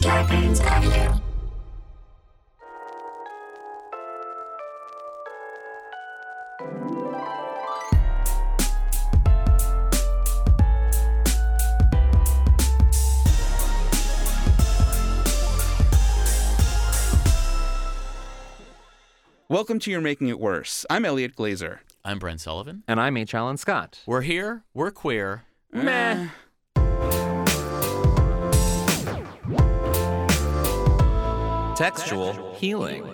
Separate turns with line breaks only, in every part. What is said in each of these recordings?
Scarpins Avenue.
Welcome to Your Making It Worse. I'm Elliot Glazer.
I'm Brent Sullivan.
And I'm H. Allen Scott.
We're here. We're queer.
Meh. Textual healing.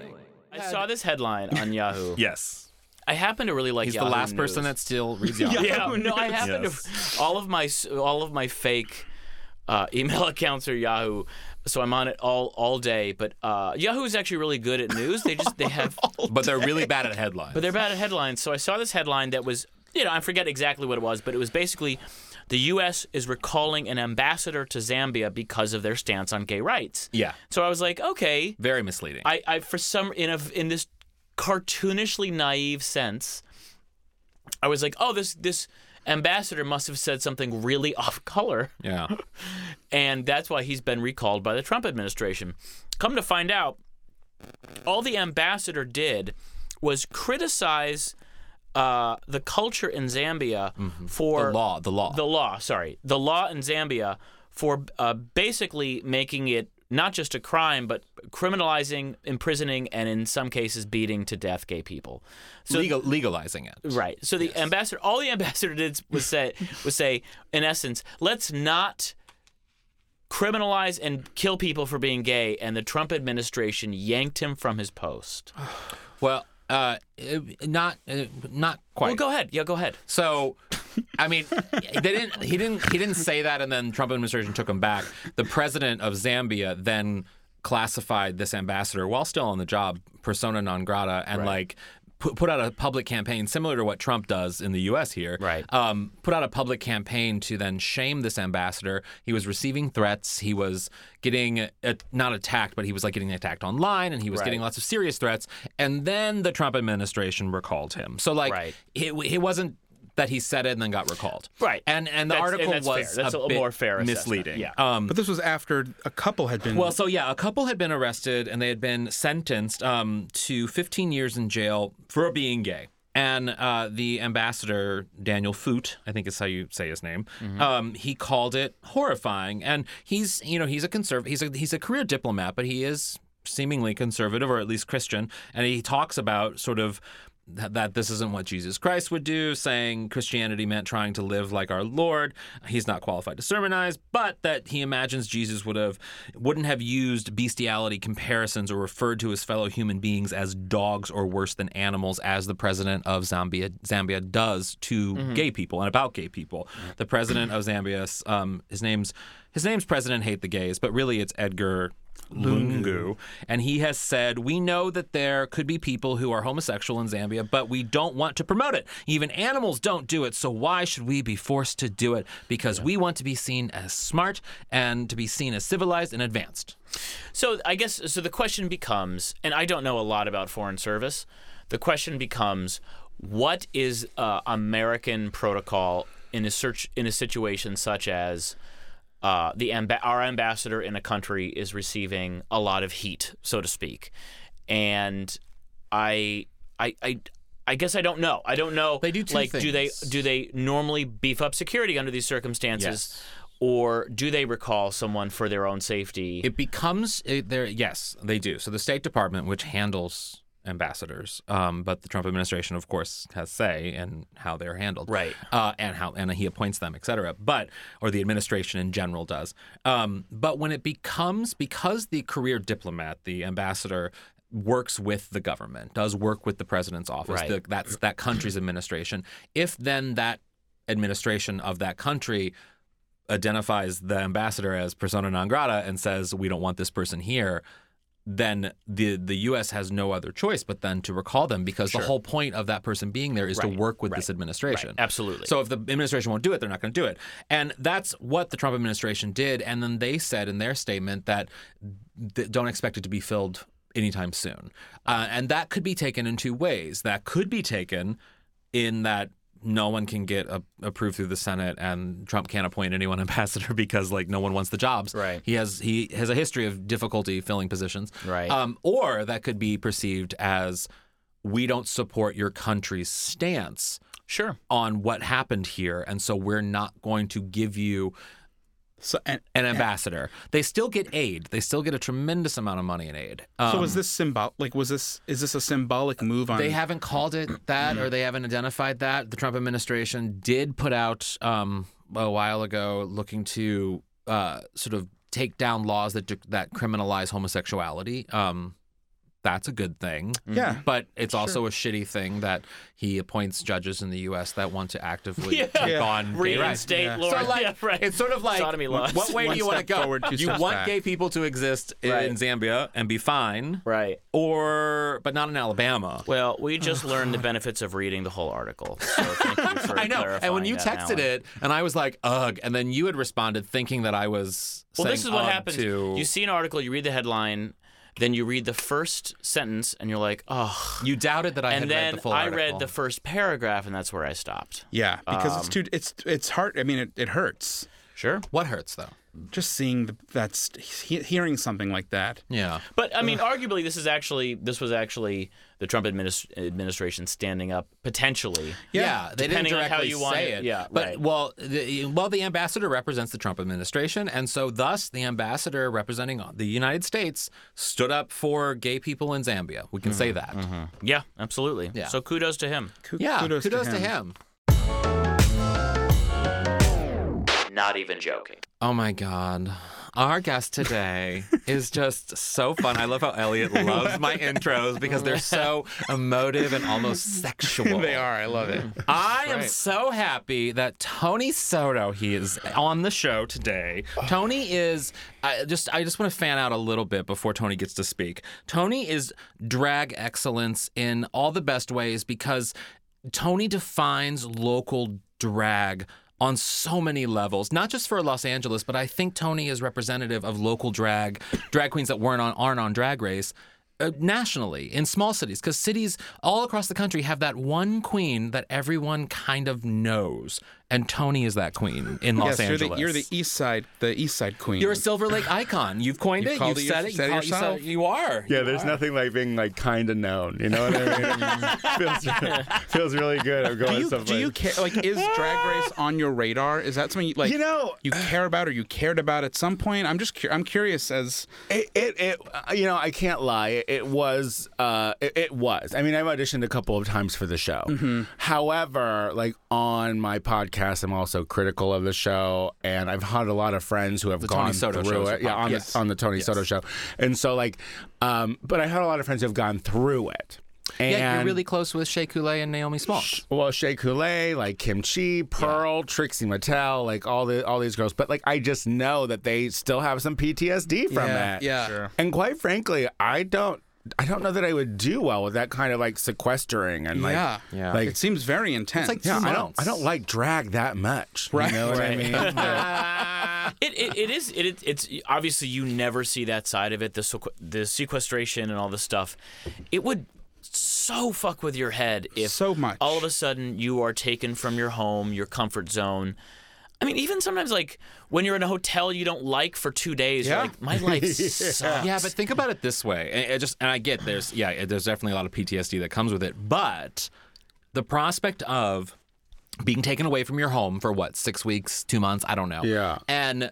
I saw this headline on Yahoo.
Yes.
I happen to really like.
He's
Yahoo
the last
News.
person that still reads Yahoo.
Yeah, no, I happen
Yes.
to. All of my s- all of my fake uh, email accounts are Yahoo, so I'm on it all all day. But uh, Yahoo is actually really good at news. They just they have,
But they're really bad at headlines.
but they're bad at headlines. So I saw this headline that was, you know, I forget exactly what it was, but it was basically. The U.S. is recalling an ambassador to Zambia because of their stance on gay rights.
yeah.
So I was like, okay,
Very misleading.
I, I for some in a in this cartoonishly naive sense, I was like, oh, this this ambassador must have said something really off color,
yeah.
and that's why he's been recalled by the Trump administration. Come to find out, all the ambassador did was criticize uh, the culture in Zambia for
Mm-hmm. The law. The law.
the law, sorry, the law in Zambia for uh, basically making it not just a crime, but criminalizing, imprisoning, and in some cases beating to death gay people. So
Legal, legalizing it.
right. So the ambassador, all the ambassador did was say, was say, in essence, let's not criminalize and kill people for being gay. And the Trump administration yanked him from his post.
Well, uh, uh, not uh, not quite.
Well, go ahead. Yeah, go ahead.
So, I mean, they didn't. He didn't. He didn't say that, and then Trump administration took him back. The president of Zambia then classified this ambassador while still on the job persona non grata, and like. pu- Put out a public campaign similar to what Trump does in the U.S. here.
Right.
Um, put out a public campaign to then shame this ambassador. He was receiving threats. He was getting uh, not attacked, but he was like getting attacked online, and he was
Right.
getting lots of serious threats. And then the Trump administration recalled him. So like
Right.
it, it wasn't that he said it and then got recalled.
Right.
And and the
That's- and
article
that's fair.
was
That's
a,
a
bit
more fair assessment.
misleading.
Yeah.
Um,
But this was after a couple had been.
well, so yeah, a couple had been arrested and they had been sentenced um, to 15 years in jail for being gay. And uh, the ambassador, Daniel Foot, I think is how you say his name,
Mm-hmm.
um, he called it horrifying. And he's, you know, he's a conservative, he's a, he's a career diplomat, but he is seemingly conservative or at least Christian. And he talks about sort of th- that this isn't what Jesus Christ would do, saying Christianity meant trying to live like our Lord. He's not qualified to sermonize, but that he imagines Jesus would have wouldn't have used bestiality comparisons or referred to his fellow human beings as dogs or worse than animals, as the president of Zambia Zambia does to gay people and about gay people. The president of Zambia, um, his name's his name's President Hate the Gays, but really it's Edgar Lungu. And he has said, We know that there could be people who are homosexual in Zambia, but we don't want to promote it. Even animals don't do it. So why should we be forced to do it? Because we want to be seen as smart and to be seen as civilized and advanced.
So I guess so. The question becomes, and I don't know a lot about foreign service. The question becomes, what is uh, American protocol in a search in a situation such as uh, the amba- our ambassador in a country is receiving a lot of heat, so to speak, and I I I. I guess I don't know. I don't know.
They do two
like do they
things.
do they normally beef up security under these circumstances, or do they recall someone for their own safety?
It becomes it, there. Yes, they do. So the State Department, which handles ambassadors, um, but the Trump administration, of course, has say in how they're handled,
Right.
Uh, and how and he appoints them, et cetera. But or the administration in general does. Um, but when it becomes because the career diplomat, the ambassador. Works with the government, does work with the president's office,
Right.
the, that's that country's administration. If then that administration of that country identifies the ambassador as persona non grata and says we don't want this person here, then the the U.S. has no other choice but then to recall them because the whole point of that person being there is
Right,
to work with
right,
this administration.
right, absolutely.
So if the administration won't do it, they're not going to do it, and that's what the Trump administration did. And then they said in their statement that th- don't expect it to be filled anytime soon, uh, and that could be taken in two ways. That could be taken in that no one can get a, approved through the Senate, and Trump can't appoint anyone ambassador because like no one wants the jobs.
Right.
He has he has a history of difficulty filling positions.
Right.
Um, or that could be perceived as we don't support your country's stance
Sure.
on what happened here, and so we're not going to give you
So, and,
an ambassador. They still get aid. They still get a tremendous amount of money in aid.
so
Um,
was this symbol? Like, was this is this a symbolic move on?
They haven't called it that, or they haven't identified that. The Trump administration did put out um, a while ago, looking to uh, sort of take down laws that that criminalize homosexuality. Um, that's a good thing,
yeah.
but it's also a shitty thing that he appoints judges in the U.S. that want to actively
Yeah.
take
Yeah.
on gay rights.
Reinstate
Yeah.
Lord.
So like,
yeah, right.
it's sort of like,
Sodomy laws.
what way
One
do you want to
step
go?
forward, two
you
steps
want
back.
gay people to exist in
Right.
Zambia and be fine,
right.
or but not in Alabama.
Well, we just learned the benefits of reading the whole article. So thank you for
I know. And when
clarifying
you
that,
texted
Alan.
it, and I was like, ugh. And then you had responded thinking that I was.
Well,
saying
this is what
ugh
happens.
To,
You see an article, you read the headline, then you read the first sentence, and you're like, oh.
you doubted that I
and
had
then
read the full
I
article.
read the first paragraph, and that's where I stopped.
Yeah, because it's too. It's it's hard. I mean, it, it hurts
Sure.
what hurts though?
just seeing the, that's he, hearing something like that.
Yeah.
But I mean, arguably, this is actually this was actually the Trump administ- administration standing up potentially.
Yeah, they didn't
Depending on how
directly
you want
say
it.
it.
Yeah,
but
right.
well, the, well, the ambassador represents the Trump administration, and so thus the ambassador representing the United States stood up for gay people in Zambia. We can say that.
Yeah, absolutely.
Yeah.
So kudos to him.
Ku-
Yeah, kudos, to, him.
Not even joking.
Oh my God. Our guest today is just so fun. I love how Elliot loves my intros because they're so emotive and almost sexual.
They are. I love it.
I am
right.
so happy that Tony Soto he is on the show today. Tony is I just I just want to fan out a little bit before Tony gets to speak. Tony is drag excellence in all the best ways because Tony defines local drag on so many levels, not just for Los Angeles, but I think Tony is representative of local drag, drag queens that weren't on aren't on Drag Race uh, nationally in small cities because cities all across the country have that one queen that everyone kind of knows and tony is that queen in
yes,
los
you're
angeles
the, you're the East Side, the East Side Queen.
You're a silver lake icon you've coined
You've
it
called
you've
it-
said
you've
it
said it
you, call- you said
yourself.
it, you are
Yeah, there's nothing like being like kind of known. You know what I mean? feels, really, feels really good. I'm
do
going
you,
someplace.
do you care? Like, is Drag Race on your radar? Is that something you, uh, like
You know-
you care about or you cared about at some point? I'm just cu- I'm curious as
It, it, it uh, you know, I can't lie. It, it was, uh, it, it was. I mean, I've auditioned a couple of times for the show. However, like on my podcast, I'm also critical of the show, and I've had a lot of friends who have gone
Tony Soto
through
Show's
it. Yeah, on
Yes.
the on the Tony Soto show, and so like, um, but I had a lot of friends who have gone through it. And
yeah you're really close with Shea Coulee and naomi smalls
Well, Shea Coulee, like Kim Chi, Pearl, Trixie Mattel, like all the all these girls. But like I just know that they still have some PTSD from
Yeah,
that.
yeah. Sure.
And quite frankly, I don't I don't know that I would do well with that kind of like sequestering and like
yeah
Yeah.
like
It seems very intense.
like
yeah,
two
I don't I
months.
don't like drag that much.
Right.
You know what I mean?
It, it, it is it, it it's obviously you never see that side of it the sequ- the sequestration and all the stuff. It would so fuck with your head if
So much.
all of a sudden you are taken from your home, your comfort zone. I mean, even sometimes like when you're in a hotel you don't like for two days,
Yeah.
you're like, my life sucks.
Yeah, but think about it this way. And, just and I get there's yeah, there's definitely a lot of PTSD that comes with it, but the prospect of being taken away from your home for what six weeks, two months, I don't know.
Yeah.
and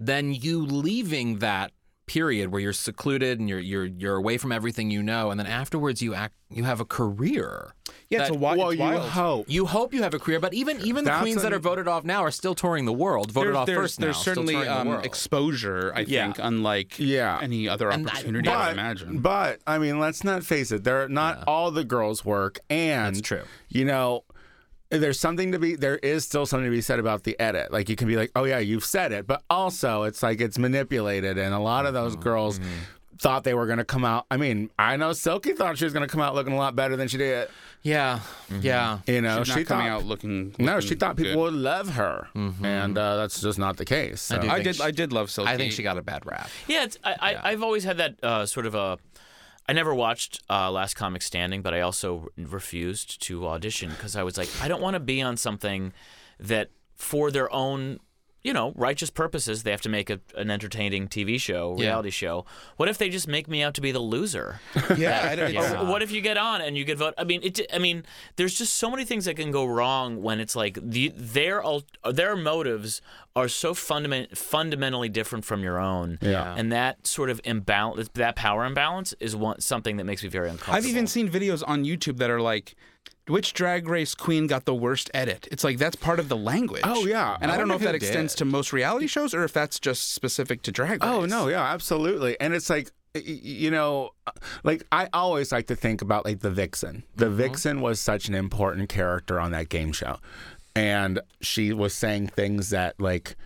then you leaving that period where you're secluded and you're you're you're away from everything you know, and then afterwards you act you have a career.
yeah, it's a wi-
well,
it's
you
wild.
hope.
You hope you have a career, but even even the
That's
queens that
an-
are voted off now are still touring the world. Voted
there's,
off
there's,
first
there's
now, still
certainly
touring the
um,
world.
exposure, I think, unlike
Yeah.
any other
And I-
opportunity I,
but-
would imagine.
But I mean, let's not face it. There, not all the girls work, and
That's true.
You know, there's something to be. There is still something to be said about the edit. Like you can be like, oh yeah, you've said it, but also it's like it's manipulated, and a lot of
Mm-hmm.
those girls. Thought they were going to come out. I mean, I know Silky thought she was going to come out looking a lot better than she did.
yeah, yeah.
You know,
She's not
she thought
coming out looking.
no,
looking
she thought
good.
people
Mm-hmm.
would love her, and uh, that's just not the case. So.
do
I
think
did.
she-
I did love Silky.
I think she got a bad rap.
Yeah, it's, I, I, I've always had that uh, sort of a. I never watched uh, Last Comic Standing, but I also re- refused to audition because I was like, I don't want to be on something that, for their own, you know, righteous purposes, they have to make a, an entertaining TV show, reality show. What if they just make me out to be the loser?
Yeah, I don't,
Or What if you get on and you get vote? I mean, it. I mean, there's just so many things that can go wrong when it's like the their al- their motives are so fundament, fundamentally different from your own.
Yeah.
And that sort of imbalance, that power imbalance, is one something that makes me very uncomfortable.
I've even seen videos on YouTube that are like, which drag race queen got the worst edit? It's like that's part of the language.
Oh, yeah.
and I,
I
don't know if
wonder
that
who
extends
did.
to most reality shows or if that's just specific to drag race.
Oh no, yeah, absolutely. And it's like y- y- you know, uh, like I always like to think about like the Vixen. The
Mm-hmm.
Vixen was such an important character on that game show. And she was saying things that like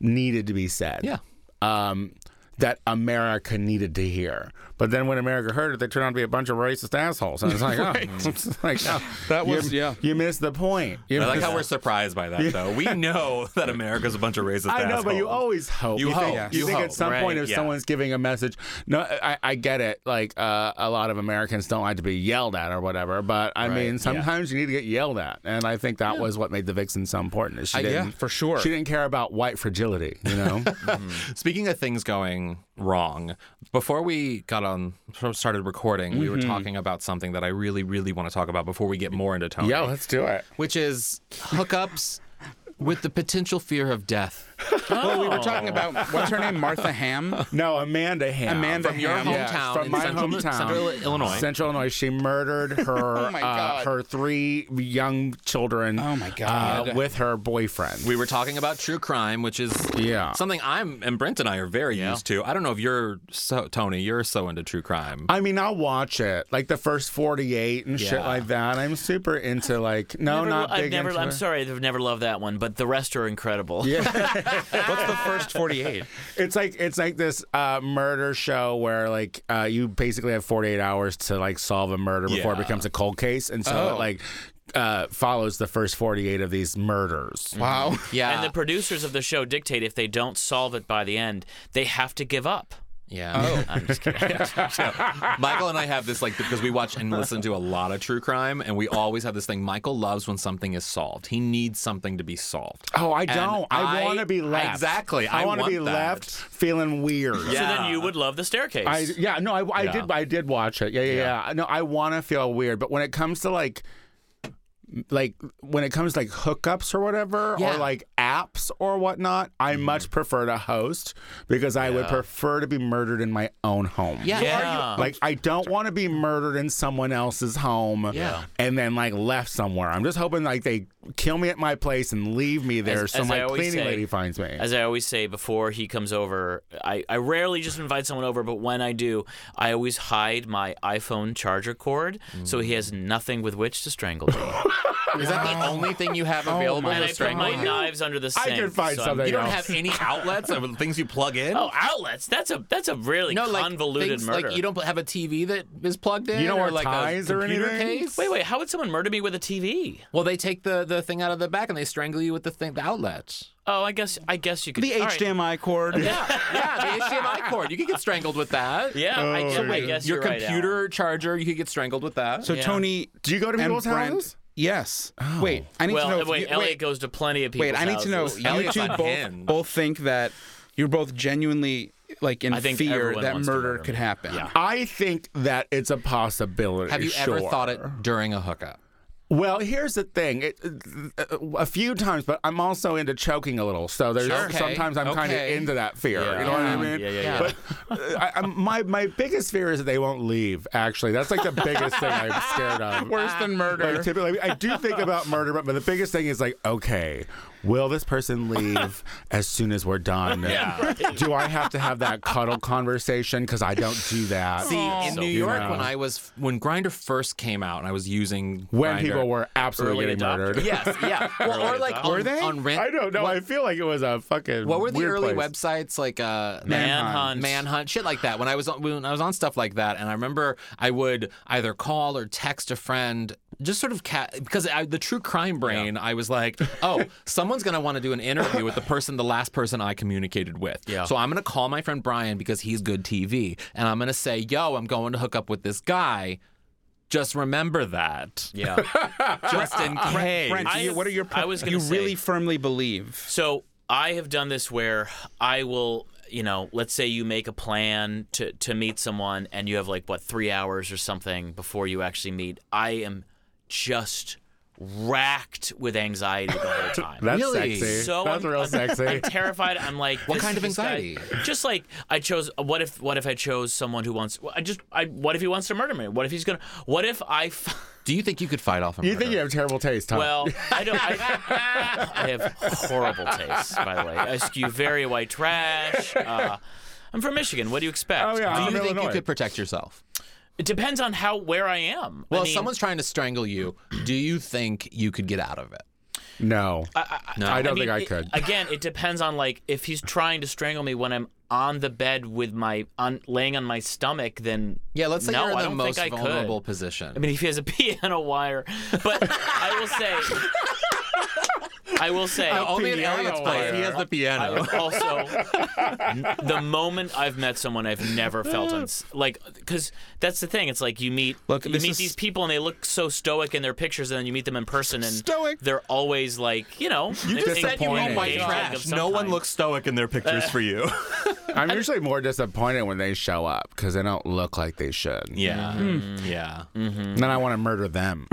needed to be said.
Yeah.
Um that America needed to hear, but then when America heard it, they turned out to be a bunch of racist assholes, and it's like, oh, it's like, oh,
That was-
you,
yeah.
you missed the point. You
I like
missed-
how we're surprised by that, though. We know that America's a bunch of racist
I know,
assholes.
but you always hope.
You
think,
hope.
You,
You
think
hope,
at some
right,
point, if
yeah.
someone's giving a message, no, I, I get it. Like uh, a lot of Americans don't like to be yelled at or whatever. But I mean, sometimes you need to get yelled at, and I think that was what made the vixen so important. is She
I- Uh, yeah,
didn't,
for sure.
She didn't care about white fragility. You know,
Speaking of things going wrong, before we got on sort of started recording, we
Mm-hmm.
were talking about something that I really, really want to talk about before we get more into Tony,
yeah, let's do it.
which is hookups with the potential fear of death.
Well,
Oh.
we were talking about what's her name, Martha Ham.
No, Amanda Ham.
Amanda
From your
Ham.
Yes,
hometown
from
in
my
central-
hometown,
central Illinois.
Central Illinois. She murdered her
my
uh,
God.
her three young children.
Oh, my God.
uh, with her boyfriend.
We were talking about true crime, which is
Yeah.
something I'm and Brent and I are very used to. I don't know if you're so Tony, you're so into true crime.
I mean, I'll watch it, like the first forty-eight and shit
Yeah.
like that. I'm super into like no,
Never-
not
I've
big
never.
into
I'm
it.
sorry, I've never loved that one, but the rest are incredible.
What's the first forty-eight?
It's like it's like this uh, murder show where like uh, you basically have forty-eight hours to like solve a murder before it
Yeah. Oh.
becomes a cold case, and so it like uh, follows the first forty-eight of these murders.
Mm-hmm.
Wow.
yeah.
And the producers of the show dictate if they don't solve it by the end, they have to give up.
Oh.
yeah.
I'm just kidding.
Michael and I have this like because we watch and listen to a lot of true crime, and we always have this thing. Michael loves when something is solved. He needs something to be solved.
Oh, I
And
don't. I,
I-
want to be left.
exactly, I
wanna
want
be
that.
left feeling weird.
So
Yeah.
then you would love the staircase.
I yeah no I, I did I did watch it yeah yeah yeah, no I want to feel weird but when it comes to like like when it comes to like hookups or whatever
Yeah.
or like apps or whatnot I
Mm-hmm.
much prefer to host because I would prefer to be murdered in my own home
Yeah.
yeah.
like I don't want to be murdered in someone else's home
Yeah.
and then like left somewhere I'm just hoping like they kill me at my place and leave me there
As-
so
as I
my
always say,
cleaning lady finds me
As I always say, before he comes over, I, I rarely just invite someone over, but when I do, I always hide my iPhone charger cord so he has nothing with which to strangle me.
Is that the only thing you have
Oh,
available
and
to
I put
strangle?
my
you?
knives under the sink.
I can find
so I'm-
something
You don't
else.
have any outlets of things you plug in.
Oh, outlets. That's a that's a really
no, like
convoluted
things,
murder.
Like you don't have a TV that is plugged in.
You don't
or
wear
like
ties
a
or
computer
anything?
Case?
Wait, wait. How would someone murder me with a TV?
Well, they take the, the thing out of the back and they strangle you with the thing, the outlet.
Oh, I guess I guess you could.
The
all right.
HDMI cord.
Yeah, yeah, the HDMI cord. You could get strangled with that.
Yeah, I, guess,
Oh,
I guess
your
you're right,
computer charger. You could get strangled with that.
So
Yeah.
Tony
do you go to
and
people's
Brent.
houses
Yes. Wait, I need
Alan.
to know.
Well,
if
wait.
you-
Elliot goes to plenty of people.
Wait, I need to know. You
Elliot's
two
not
both
in.
both think that you're both genuinely like in
I think
fear
everyone
that
wants to
murder
murder
could
me.
happen.
Yeah.
I think that it's a possibility.
have you ever
sure.
thought it during a hookup?
Well, here's the thing. It, uh, a few times, but I'm also into choking a little. So there's
Sure. Okay.
sometimes I'm kind of
Okay.
into that fear.
Yeah.
You know what I
Yeah.
mean?
Yeah, yeah, yeah.
But uh, I, I'm, my my biggest fear is that they won't leave. Actually, that's like the biggest thing I'm scared of.
Worse than
Like,
murder.
typically, I do think about murder, but, but the biggest thing is like, okay, will this person leave as soon as we're done?
Yeah.
Do I have to have that cuddle conversation? Because I don't do that.
See, in
So-
New
You
York,
know.
when I was when Grinder first came out, and I was using
when
Grindr-
people were absolutely
Early
getting
adopter.
murdered.
Yes, yeah, well, or like on,
Were they?
on rent.
I don't know. I feel like it was a fucking.
What were the
weird
early
place.
websites like uh,
Manhunt.
Manhunt, shit like that? When I was on, when I was on stuff like that, and I remember I would either call or text a friend just sort of cat because I, the true crime brain, I was like, oh, someone's gonna want to do an interview with the person, the last person I communicated with.
Yeah.
So I'm gonna call my friend Brian because he's good TV, and I'm gonna say, yo, I'm going to hook up with this guy. Just remember that,
Yeah.
just in case.
Brent,
I-
you- what are your?
I was gonna
you
say-
really firmly believe.
So I have done this where I will, you know, let's say you make a plan to to meet someone and you have like what three hours or something before you actually meet. I am just racked with anxiety the whole time.
That's
Really?
sexy.
so
That's
I'm,
real
I'm-
sexy.
I'm terrified. I'm like,
What
this-
kind of
this guy-
anxiety?
just like I chose. What if? What if I chose someone who wants? I just. I. What if he wants to murder me? What if he's gonna? What if I? f-
Do you think you could fight off a
you
murder?
think you have terrible taste, huh?
Well, I don't. I, I have horrible taste, by the way. I skew very white trash. Uh, I'm from Michigan. What do you expect?
Oh,
Do
yeah.
you
I'm
think you
Illinois.
could protect yourself?
It depends on how where I am. I
Well, if
mean,
someone's trying to strangle you, do you think you could get out of it?
no.
uh,
no,
I don't
mean,
think I
it-
could.
again, it depends on like if he's trying to strangle me when I'm on the bed with my on laying on my stomach. Then
Yeah, let's say
no,
you're in
I
the
don't
most
think I could.
vulnerable position.
I mean, if he has a piano wire, but I will say, I will say,
only in Elliot's
Piano
place. He has the piano.
also the moment I've met someone I've never felt uns- like because that's the thing it's like you meet
Look,
you
this
meet
is-
these people and they look so stoic in their pictures and then you meet them in person and
Stoic.
they're always like you know you
just said you hate white
trash. No one looks stoic in their pictures for you.
I'm usually more disappointed when they show up because they don't look like they should.
Yeah. Yeah.
And Then I want to murder them.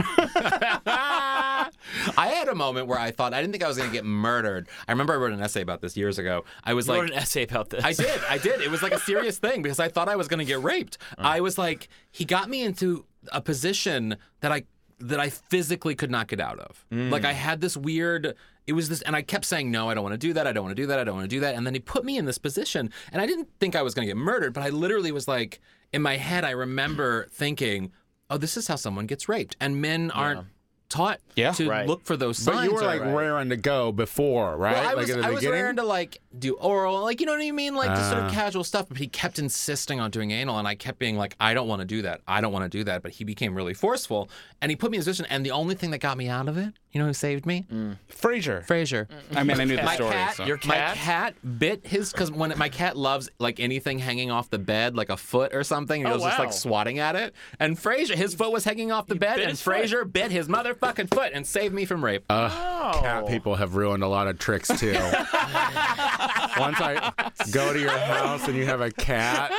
I had a moment where I thought I didn't think I was going to get murdered. I remember I wrote an essay about this years ago. I was
I
like
wrote an essay about this
I did. I did. It was like a serious thing because I thought I was going to get raped. I was like he got me into a position that I that I physically could not get out of. Like I had this weird it was this and I kept saying no, I don't want to do that. I don't want to do that. I don't want to do that. And then he put me in this position and I didn't think I was going to get murdered, but I literally was like in my head I remember thinking, "Oh, this is how someone gets raped." And men aren't taught to
Right.
look for those signs.
But you were
or-
like raring to go before, right?
well, I
like
was,
at the
I was
beginning. Ah.
raring to like do oral, like you know what I mean, like just sort of casual stuff. But he kept insisting on doing anal, and I kept being like, I don't want to do that. I don't want to do that. But he became really forceful, and he put me in a position. And the only thing that got me out of it, you know, who saved me?
Mm.
Frasier.
Frasier.
I mean, I knew the
My
story.
cat,
so.
Your
my
cat?
cat bit his because when my cat loves like anything hanging off the bed, like a foot or something, and he
Oh,
was just
wow.
like swatting at it. And Frasier, his foot was hanging off the bed,
bit
and
his foot.
Frasier bit his motherfucking foot and saved me from rape.
Uh, Cat people have ruined a lot of tricks too. Once I go to your house and you have a cat,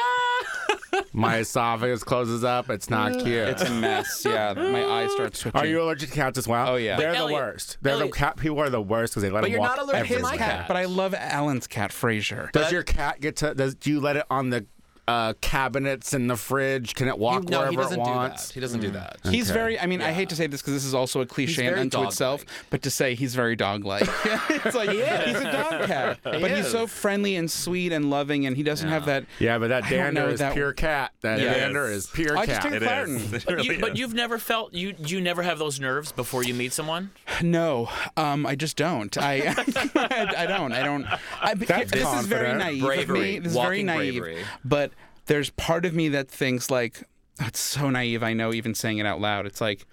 my esophagus closes up. It's not cute.
It's a mess. Yeah, my eyes start switching.
are you allergic to cats as well?
Oh, yeah.
they're the
Elliot-
worst. They're
Elliot-
the cat people are the worst because they let
But
them
you're
walk
not allergic to my
everywhere.
cat.
But I love Alan's cat, Frasier.
Does your cat get to? Does do you let it on the uh, cabinets in the fridge? Can it
He-
walk
no,
wherever
he doesn't
it wants? Mm.
do that. He doesn't do that.
He's very. I mean, I hate to say this because this is also a cliche
very
unto
dog-like.
itself, but to say he's very dog-like, it's like he's a dog cat, but he's so friendly and sweet and loving, and he doesn't have that.
Yeah, but that
I don't
dander
know
is
that-
pure cat. That
Yeah.
dander is pure
Oh, I just
cat.
took a Claritin.
but, you, but you've never felt you you never have those nerves before you meet someone
No, um, I just don't. I, I, don't. I don't. I,
That's
this is very
confident.
naive
Bravery.
of me. This is very
Walking
naive.
bravery.
But there's part of me that thinks like, "Oh, it's so naive. I know, even saying it out loud, it's like,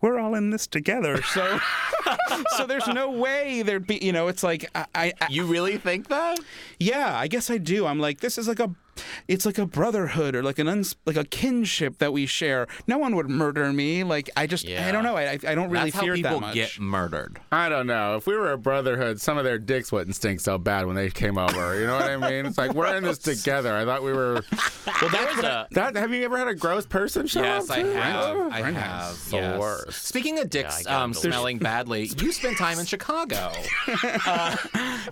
we're all in this together. So, so there's no way there'd be. You know, it's like I, I, I
You really think that?
yeah, I guess I do. I'm like, this is like a, it's like a brotherhood or like an uns, like a kinship that we share. No one would murder me. Like I just, I don't know. I, I I don't really
That's how
fear it
people
that much.
get murdered.
I don't know. If we were a brotherhood, some of their dicks wouldn't stink so bad when they came over. You know what I mean? It's like we're in this together. I thought we were.
well that was a
That have you ever had a gross person show
Yes,
up?
I
to you?
have. I
Friend
have.
house.
The
yes.
worst.
Speaking of dicks
I got
um,
the worst.
smelling badly, you spent time in Chicago. Uh,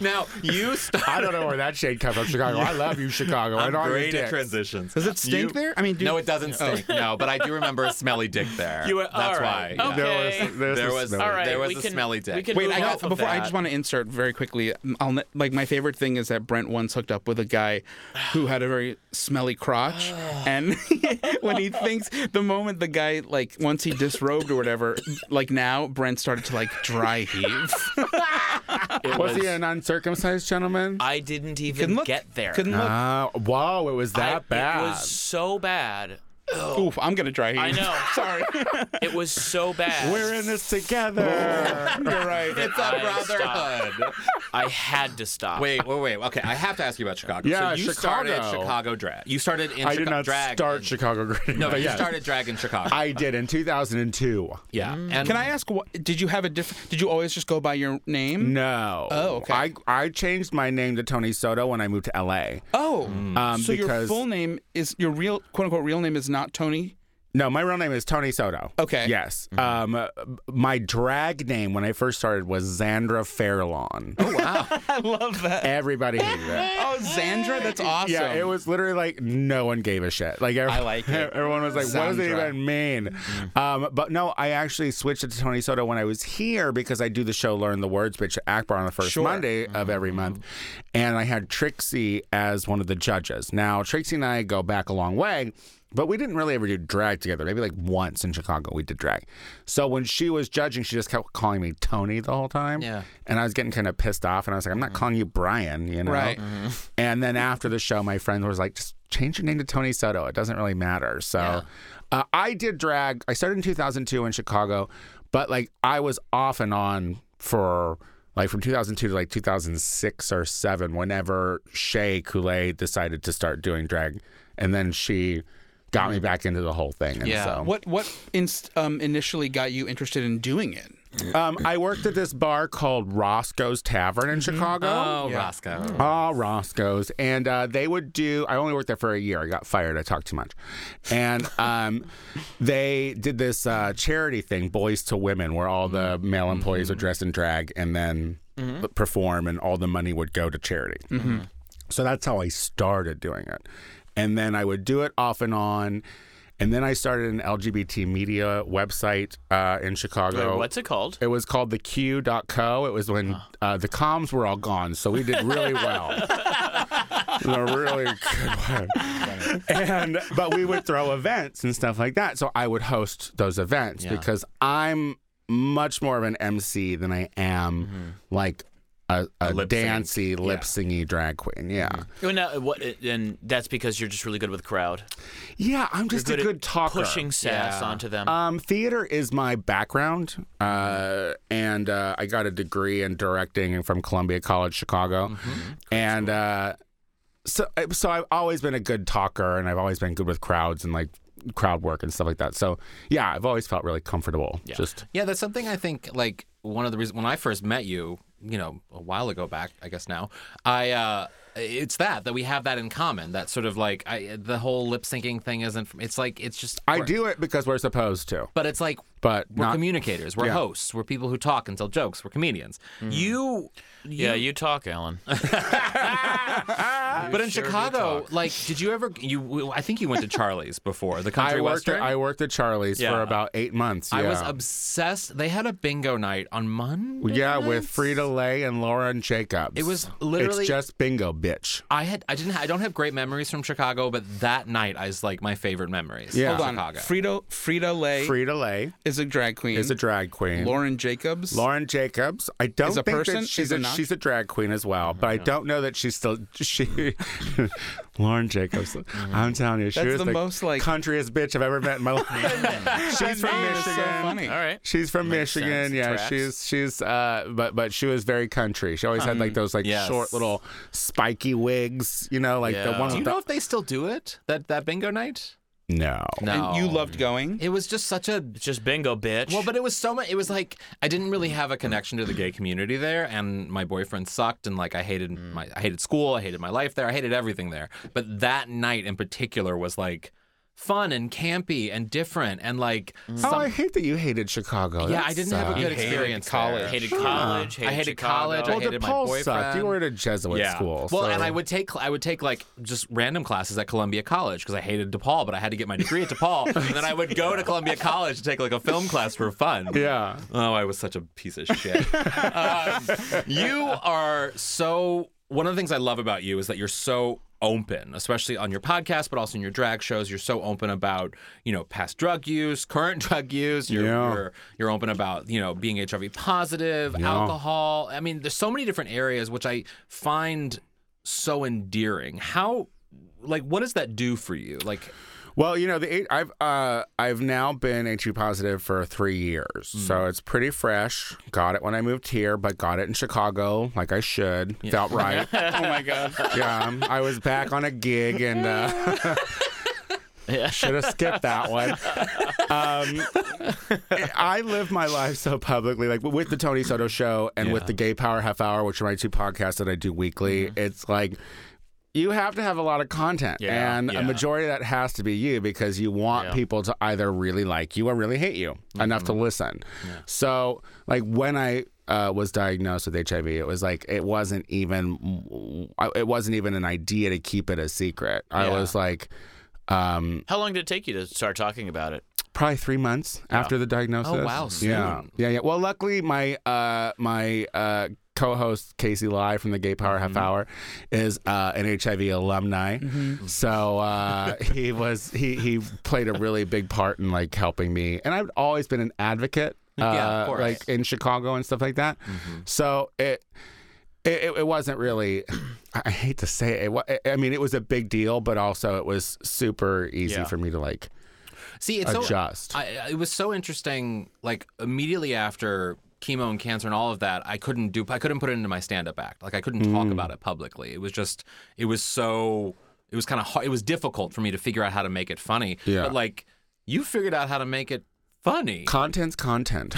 now you start.
I don't know where that shade comes from. Chicago. I love you, Chicago. I don't have your dicks.
transitions.
Does it stink there? I mean, do,
No, it doesn't stink. No, but I do remember a smelly dick there.
You were-
That's
all right.
why.
Okay.
yeah.
There was, there was,
There
some
was-
snow.
all right
There was
we
the
can,
smelly dick.
we can
Wait,
move
I
off
got,
of
before I
that.
just want to insert very quickly. um, I'll, ne- like my favorite thing is that Brent once hooked up with a guy who had a very smelly crotch, and when he thinks the moment the guy like once he disrobed or whatever, like now Brent started to like dry heave.
It
Was he
was-
an uncircumcised gentleman?
I didn't even
Couldn't look.
get there
Couldn't look.
Ah, whoa, it was
I-
that bad.
It was so bad.
Oof, I'm gonna dry heave.
I know.
Sorry.
It was so bad.
We're in this together.
Oh.
You're right.
It's a
I
brotherhood.
I had to stop.
wait, wait, wait. Okay, I have to ask you about Chicago. so
Yeah,
you started
Chicago.
Chicago drag. You started in
I
Chica-
did not
drag.
start
in-
Chicago Grading.
No,
but
you
yes.
started drag in Chicago.
I did in 2002.
yeah. And
Can I ask? What did you have a different? Did you always just go by your name?
No.
Oh, okay.
I, I changed my name to Tony Soto when I moved to LA.
Oh,
Um,
so your
because-
full name is your real quote unquote real name is not Tony.
No, my real name is Tony Soto.
Okay. Mm-hmm.
Yes. Um, uh, my drag name when I first started was Zandra Fairlawn. Oh,
I love that.
Everybody hated it.
Oh, Zandra, that's awesome.
Yeah, it was literally like no one gave a shit. Like everyone, I
like it.
everyone was like, "What does it
Zandra.
even mean?" Um, but no, I actually switched it to Tony Soto when I was here because I do the show "Learn the Words" bitch at Akbar on the first
Sure.
Monday of every month, and I had Trixie as one of the judges. Now Trixie and I go back a long way. But we didn't really ever do drag together. Maybe like once in Chicago we did drag. So when she was judging, she just kept calling me Tony the whole time.
Yeah.
And I was getting kind of pissed off, and I was like, I'm not calling you Brian, you know?
Right.
Mm-hmm. And then after the show, my friend was like, just change your name to Tony Soto. It doesn't really matter. So uh, I did drag. I started in 2002 in Chicago, but like I was off and on for like from 2002 to like 2006 or seven, whenever Shay Coulee decided to start doing drag. And then she got me back into the whole thing. And
Yeah.
So,
What what inst- um, initially got you interested in doing it?
um, I worked at this bar called Roscoe's Tavern in Chicago.
Oh, Roscoe.
Ah, Roscoe's, and uh, they would do. I only worked there for a year. I got fired. I talked too much, and um, they did this uh, charity thing, Boys to Women, where all the male employees would dress in drag and then perform, and all the money would go to charity. So that's how I started doing it, and then I would do it off and on, and then I started an LGBT media website uh, in
Wait,
Chicago.
what's it called?
It was called the Q.co. It was when uh, the comms were all gone, so we did really well. It was a really good one. And but we would throw events and stuff like that. So I would host those events because I'm much more of an MC than I am
Mm-hmm.
like a, a,
lip sync.
dancey, lip singy drag queen. Yeah.
Well, Oh, no, what, and that's because you're just really good with crowd.
Yeah, I'm just
You're
a
good
good
at
talker.
Pushing sass
Yeah.
onto them.
Um, theater is my background, uh, and uh, I got a degree in directing from Columbia College Chicago,
Mm-hmm.
and uh, so uh, so I've always been a good talker, and I've always been good with crowds and like crowd work and stuff like that. So yeah, I've always felt really comfortable. Just
Yeah, that's something I think like one of the reasons when I first met you, you know, a while ago back, I guess now, I uh it's that that we have that in common. That sort of like I the whole lip syncing thing isn't it's like it's just
I
we're-
do it because we're supposed to,
but it's like
but
we're
not.
communicators, we're
yeah.
hosts, we're people who talk and tell jokes, we're comedians. You
yeah, you talk, Alan.
but in
sure do
Chicago,
talk.
like did you ever you I think you went to Charlie's before, the country
I worked.
western.
At, I worked at Charlie's for
Yeah.
about eight months.
I
yeah.
was obsessed. They had a bingo night on Monday.
yeah, with
nights?
Frida Lay and Lauren Jacobs.
It was literally-
It's just bingo, bitch.
I had I didn't I don't have great memories from Chicago, but that night is like my favorite memories.
Yeah.
of
Hold on,
Chicago.
Frida Frida Um, Lay
Frida Lay
is a drag queen.
is a drag queen.
Lauren Jacobs.
Lauren Jacobs. I don't
Is a
think
person?
that she's
Is it
a,
not?
she's a drag queen as well, but I don't know that she's still she. Lauren Jacobs. I'm telling you, she
That's
was
the
the,
most, like-
countryest bitch I've ever met in my life. she's from
That is so
Michigan.
funny.
All right.
She's from Michigan.
sense.
Yeah,
Tracks.
she's she's uh, but but she was very country. She always had like those like
Yes.
short little spiky wigs. You know, like the
Yeah.
one.
Do
With
you
the,
know if they still do it? That that bingo night?
no.
And you loved going.
It was just such a
It's just bingo, bitch.
well, but it was so much. It was like I didn't really have a connection to the gay community there, and my boyfriend sucked, and like I hated
Mm.
my I hated school, I hated my life there, I hated everything there. But that night in particular was like fun and campy and different, and like
Oh,
some-
I hate that you hated Chicago.
yeah,
That
I didn't have a
sucks.
good
hated
experience.
college.
there.
hated college. Hated
I hated
Chicago.
college, I
Well,
hated my
DePaul sucked.
boyfriend.
You were at a Jesuit school.
Well,
so-
and I would take I would take like just random classes at Columbia College because I hated DePaul, but I had to get my degree at DePaul, and then I would go to Columbia College to take like a film class for fun.
Yeah.
Oh, I was such a piece of shit. um, you are so. One of the things I love about you is that you're so open, especially on your podcast, but also in your drag shows. You're so open about you know past drug use, current drug use. You're
Yeah.
you're, you're open about you know being HIV positive, alcohol. I mean, there's so many different areas which I find so endearing. How like what does that do for you? Like
Well, you know, the eight, I've uh, I've now been HIV positive for three years,
Hmm.
so it's pretty fresh. Got it when I moved here, but got it in Chicago, like I should. Felt right.
Oh my god.
yeah, um, I was back on a gig and uh, should have skipped that one. Um, I live my life so publicly, like with the Tony Soto show and with the Gay Power Half Hour, which are my two podcasts that I do weekly.
Mm-hmm.
It's like you have to have a lot of content,
Yeah,
and
yeah.
a majority of that has to be you because you want
Yeah. Mm-hmm.
people to either really like you or really hate you enough to listen. So, like when I uh, was diagnosed with HIV, it was like it wasn't even it wasn't even an idea to keep it a secret. I
Yeah.
was like. Um,
How long did it take you to start talking about it?
probably three months after the diagnosis.
Oh, wow, soon.
Yeah, yeah, yeah. Well, luckily, my uh, my uh, co-host Casey Lai from the Gay Power Half Hour is uh, an HIV alumni,
Mm-hmm.
so uh, he was he he played a really big part in like helping me, and I've always been an advocate, uh,
Yeah, of course.
like in Chicago and stuff like that. So it. It, it, it wasn't really. I I hate to say it. it. wa- I mean, it was a big deal, but also it was super easy
Yeah.
for me to like
See, it's so
adjust.
I, I- it was so interesting. Like immediately after chemo and cancer and all of that, I couldn't do. I couldn't put it into my stand-up act. Like I couldn't
Hmm.
talk about
Hmm.
it publicly. It was just. It was so. It was kind of. hard It was difficult for me to figure out how to make it funny.
Yeah.
But like, you figured out how to make it funny.
Content's content.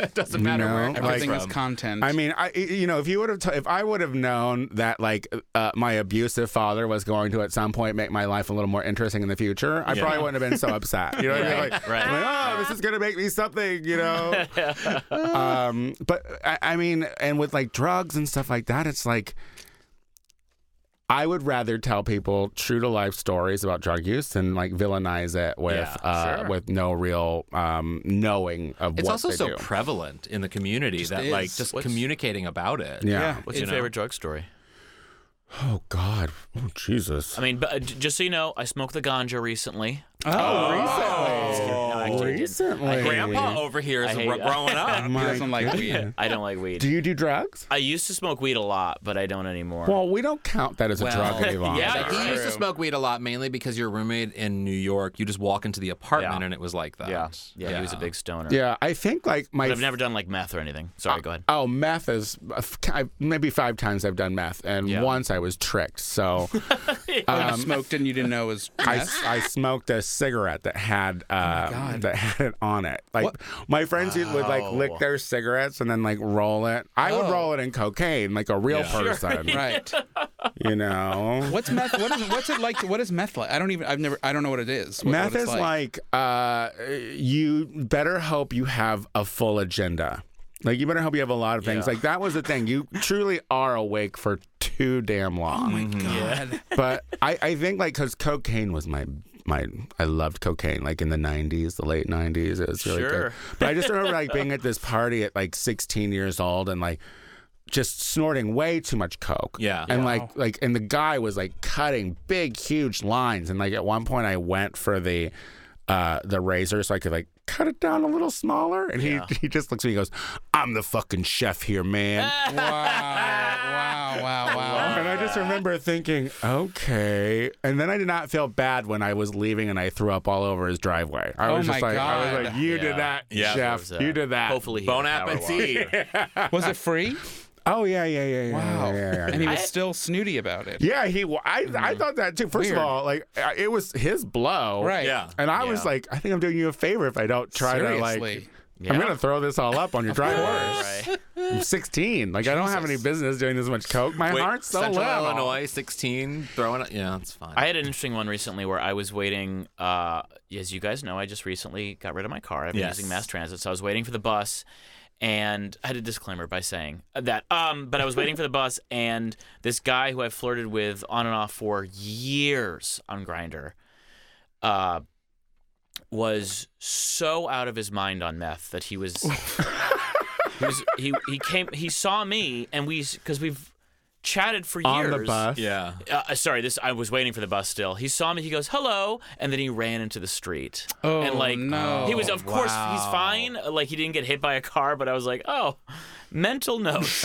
It doesn't matter
No,
where it
like-
comes
Everything
from.
is content.
I mean, I you know, if you would have, t- if I would have known that like uh, my abusive father was going to at some point make my life a little more interesting in the future, I probably wouldn't have been so upset. You know what I mean?
Right,
Like,
right.
I'm like, oh, this is gonna make me something, you know. um, but I, I mean, and with like drugs and stuff like that, it's like. I would rather tell people true to life stories about drug use than like villainize it with uh, with no real um, knowing of
It's
what
also
they
so
do.
prevalent in the community that like
is.
just
What's-
communicating about it.
yeah.
What's your
know.
favorite drug story?
Oh God! Oh Jesus!
I mean, but, uh, j- just so you know, I smoked the ganja recently.
oh,
No, I actually didn't.
Recently,
Grandpa over here is
I hate-
gro- growing up.
he doesn't like weed.
I don't like weed.
Do you do drugs?
I used to smoke weed a lot, but I don't anymore.
Well, we don't count that as a drug any longer.
Yeah,
that's
he used to
true.
smoke weed a lot, mainly because your roommate in New York, you just walk into the apartment
Yeah.
and it was like that.
yeah. yeah, he was a big stoner.
Yeah, I think like my.
But I've never done like meth or anything. Sorry, go ahead.
Oh, meth is I, maybe five times I've done meth, and
Yeah.
once I was tricked. So
You
Um,
smoked and you didn't know it was.
I, I smoked a cigarette that had
Oh,
uh, that had it on it. Like my friends would- would like lick their cigarettes and then like roll it. I
Oh.
would roll it in cocaine, like a real person.
Right.
You know.
What's meth? What is? What's it like? What is meth like? I don't even. I've never. I don't know what it is. What,
Meth
what
is
it's
like, uh, you better hope you have a full agenda. Like you better hope you have a lot of things. Like that was the thing. You truly are awake for too damn
Oh
long.
God.
but I, I think like because cocaine was my my I loved cocaine like in the '90s, the late '90s. It was really good.
Sure.
But I just remember like being at this party at like 16 years old and like just snorting way too much coke.
Yeah.
And like like and the guy was like cutting big huge lines and like at one point I went for the uh the razor so I could like cut it down a little smaller and he he just looks at me and goes, "I'm the fucking chef here, man."
Wow. Wow. Wow. Wow.
And I just remember thinking, okay. And then I did not feel bad when I was leaving and I threw up all over his driveway. I
Oh
was just
my
like, I was
God.
like, you did that,
Yeah.
There
Jeff.
was, uh,
you did that.
Hopefully, he
Bon
had a power
appetit.
Was it free?
Oh yeah, yeah, yeah, yeah.
Wow.
yeah, yeah, yeah.
And he was still snooty about it.
Yeah, he. wa- I
Mm-hmm.
I thought that too. First
Weird.
of all, like uh, it was his blow,
Right.
Yeah.
And I was like, I think I'm doing you a favor if I don't try to like.
Seriously.
I'm gonna throw this all up on your driveway.
Right.
I'm 16. Like I don't have any business doing this much coke. My
Wait,
heart's so
Central
little.
Illinois, 16, throwing it. Yeah, it's fine.
I had an interesting one recently where I was waiting. Uh, as you guys know, I just recently got rid of my car. I've been
Yes.
using mass transit, so I was waiting for the bus, and I had a disclaimer by saying that. Um, but I was waiting for the bus, and this guy who I flirted with on and off for years on Grinder, uh, was so out of his mind on meth that he was. He, was, he he came he saw me and we because we've chatted for
On
years
the bus.
yeah.
uh, sorry, this I was waiting for the bus still. He saw me, he goes, "Hello," and then he ran into the street.
Oh,
and like
no.
he was of course he's
Wow.
fine, like he didn't get hit by a car, but I was like, "Oh, mental notes.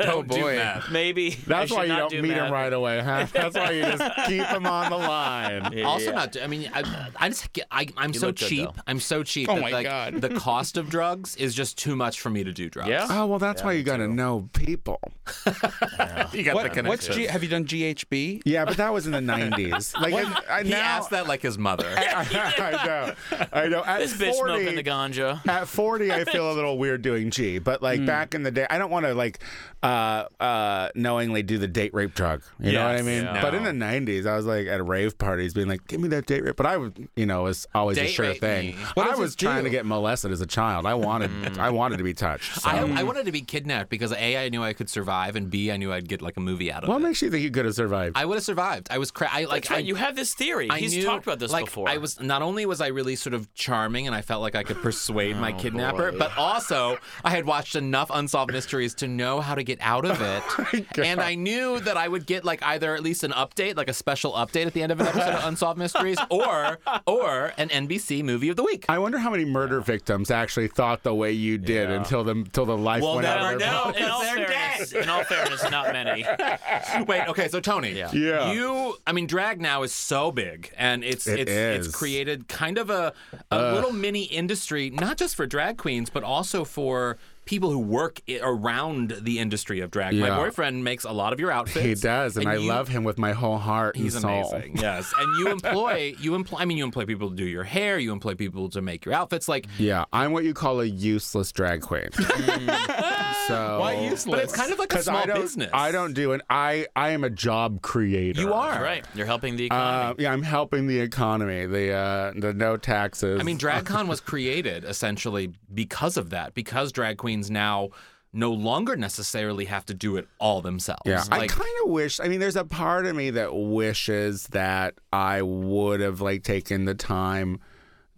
Oh boy.
Maybe I
That's
should
why you
not
don't
do
meet
math.
him right away, huh? That's why you just keep him on the line.
Also not. I mean, I, I just get- I, I'm so
look good,
cheap.
though.
I'm so cheap.
Oh
that,
my
like,
God.
The cost of drugs is just too much for me to do drugs.
Yeah.
Oh well, that's why you got to know people.
you got
What, what's G? Have you done GHB?
Yeah, but that was in the '90s. Like I, I
He
now,
asked that like his mother.
I know. I know. At
This bitch
40,
smoking the ganja.
at 40 i feel a little weird doing g but like
Hmm.
back in the day i don't want to like uh uh knowingly do the date rape drug you know what i
Yes.
mean
Yeah.
but in the 90s i was like at rave parties being like give me that date rape but i would you know it's always a
Date
sure
rape
thing
me.
What
i
does it
was trying
do?
to get molested as a child i wanted i wanted to be touched so.
Hmm.
Um.
I, I wanted to be kidnapped because a I knew I could survive and b I knew I'd get like a movie out of
what
it.
makes you think you could have survived
I would have survived. I was cra- I like
That's right.
I,
you have this theory.
I
He's
knew,
talked about this
like,
before.
I was not only was I really sort of charming and I felt like I could persuade
Oh,
my kidnapper, but also I had watched enough unsolved mysteries to know how to get out of it.
Oh
and I knew that I would get like either at least an update, like a special update at the end of an episode of Unsolved Mysteries, or or an NBC movie of the week.
I wonder how many murder victims actually thought the way you did until the until the life
We'll
went out
never
of their
know.
in all
They're
fairness, in all fairness, not many.
Wait, okay, so Tony, yeah.
Yeah.
you, I mean, drag now is so big, and it's
Uh, It
it's
is.
it's created kind of a a little mini industry, not just for drag queens, but also for people who work i- around the industry of drag. My
Yeah.
boyfriend makes a lot of your outfits.
He does, and, I
you-
love him with my whole heart
He's
and soul.
amazing. Yes, and you employ you employ. I mean, you employ people to do your hair. You employ people to make your outfits. Like,
Yeah, I'm what you call a useless drag queen. so
Why useless?
but it's kind of like a
Because
small
I don't,
business.
I don't do an I. I am a job creator.
You are
Right. You're helping the economy.
Uh, yeah, I'm helping the economy. The uh, the no taxes.
I mean, DragCon was created essentially because of that, because drag queens now no longer necessarily have to do it all themselves.
Yeah, I
Like,
kind of wish. I mean, there's a part of me that wishes that I would have like taken the time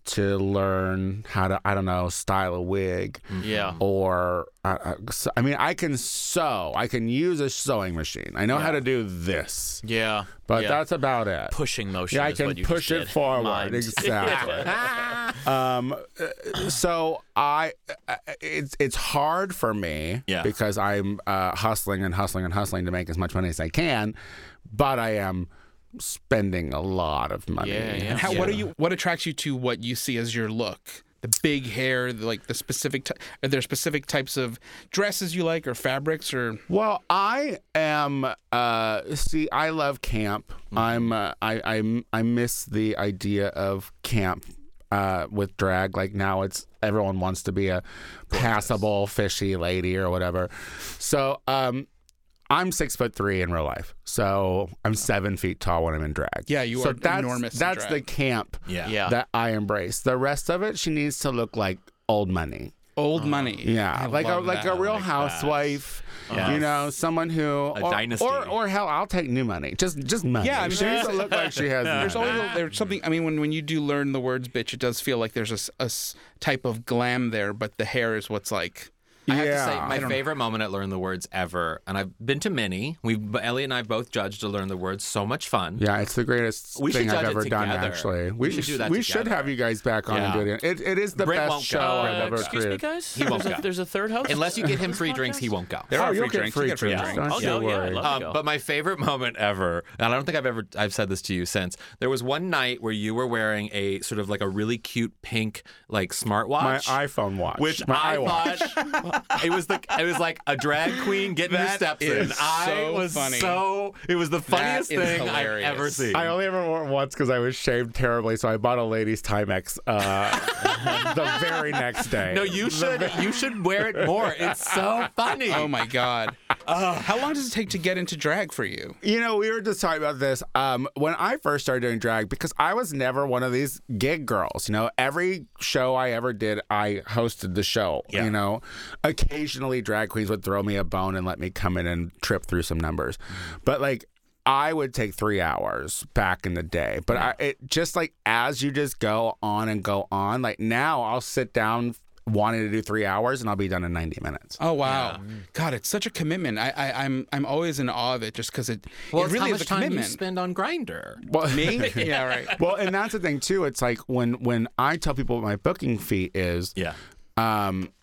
to learn how to. I don't know, style a wig.
Mm-hmm.
yeah.
Or uh, uh, so- I mean, I can sew. I can use a sewing machine. I know how to do this,
Yeah.
but
yeah.
that's about it.
pushing motion.
Yeah, I
is
can
what you
push
just
it
did.
forward.
Mimed.
Exactly. um, uh, so I, uh, it's it's hard for me
Yeah.
because I'm uh, hustling and hustling and hustling to make as much money as I can, but I am spending a lot of money.
Yeah, yeah.
How, What are you? What attracts you to what you see as your look? The big hair, the, like the specific. Ty- are there specific types of dresses you like, or fabrics, or
Well, I am. Uh, see, I love camp.
Mm-hmm.
I'm. Uh, I, I. I miss the idea of camp uh, with drag. Like now, it's everyone wants to be a passable, fishy lady or whatever. So, um, I'm six foot three in real life. So I'm seven feet tall when I'm in drag.
Yeah, you
so
are
that's,
enormous in
That's
drag.
the camp.
yeah.
Yeah.
That I embrace. The rest of it, she needs to look like old money.
old money?
Uh, Yeah,
I
like a
love
like uh,
that.
a real
like that.
housewife. You
Yes.
know, someone who a or,
dynasty.
or or hell, I'll take new money. Just just money.
Yeah, I mean,
she needs to look like she has.
There's
money.
always a, there's something. I mean, when, when you do learn the words "bitch," it does feel like there's a s- a, s- type of glam there, but the hair is what's like.
I have to say,
Yeah.
my favorite moment at Learn the Words ever, and I've been to many. We, Ellie and I both judged to Learn the Words. So much fun.
yeah, it's the greatest
We should
thing I've
judge it
ever done.
together.
Actually,
We should do that
We should
together.
have you guys back on and do
Yeah.
it. again. It, it is the
Brit
best
won't
show
go. Uh,
I've ever
excuse me,
created.
guys.
won't
there's,
go.
a, there's a third host.
Unless you
on
get him
this
free drinks, he
podcast?
won't go.
There
Oh,
are
you'll
free
get
drinks.
free
you get free
drinks.
drinks.
Don't
Oh,
you
no, yeah, I
worry.
love- go.
Um, but my favorite moment ever, and I don't think I've ever I've said this to you since. There was one night where you were wearing a sort of like a really cute pink like
my
smartwatch.
iPhone watch,
which
my
I
iWatch.
thought it was the it was like a drag queen getting her
That
steps in.
is
I
so
was
funny.
so it was the funniest
is
thing I've
hilarious.
ever seen.
I only ever wore it once because I was shaved terribly, so I bought a lady's Timex uh, the very next day.
no, you should you should wear it more. It's so funny.
Oh my god! How long does it take to get into drag for you?
You know, we were just talking about this um, when I first started doing drag because I was never one of these gig girls. You know, every show I ever did, I hosted the show. You know, occasionally drag queens would throw me a bone and let me come in and trip through some numbers, but like. I would take three hours back in the day, but I, it just like as you just go on and go on, like now I'll sit down wanting to do three hours and I'll be done in 90 minutes.
Oh wow, God, it's such a commitment. I, I I'm I'm always in awe of it just because it
well,
it
it's
really
how
is
much
a
time
commitment.
you spend on Grinder.
Well,
Me? yeah, right.
well, and that's the thing too. It's like when when I tell people what my booking fee is,
Yeah.
um,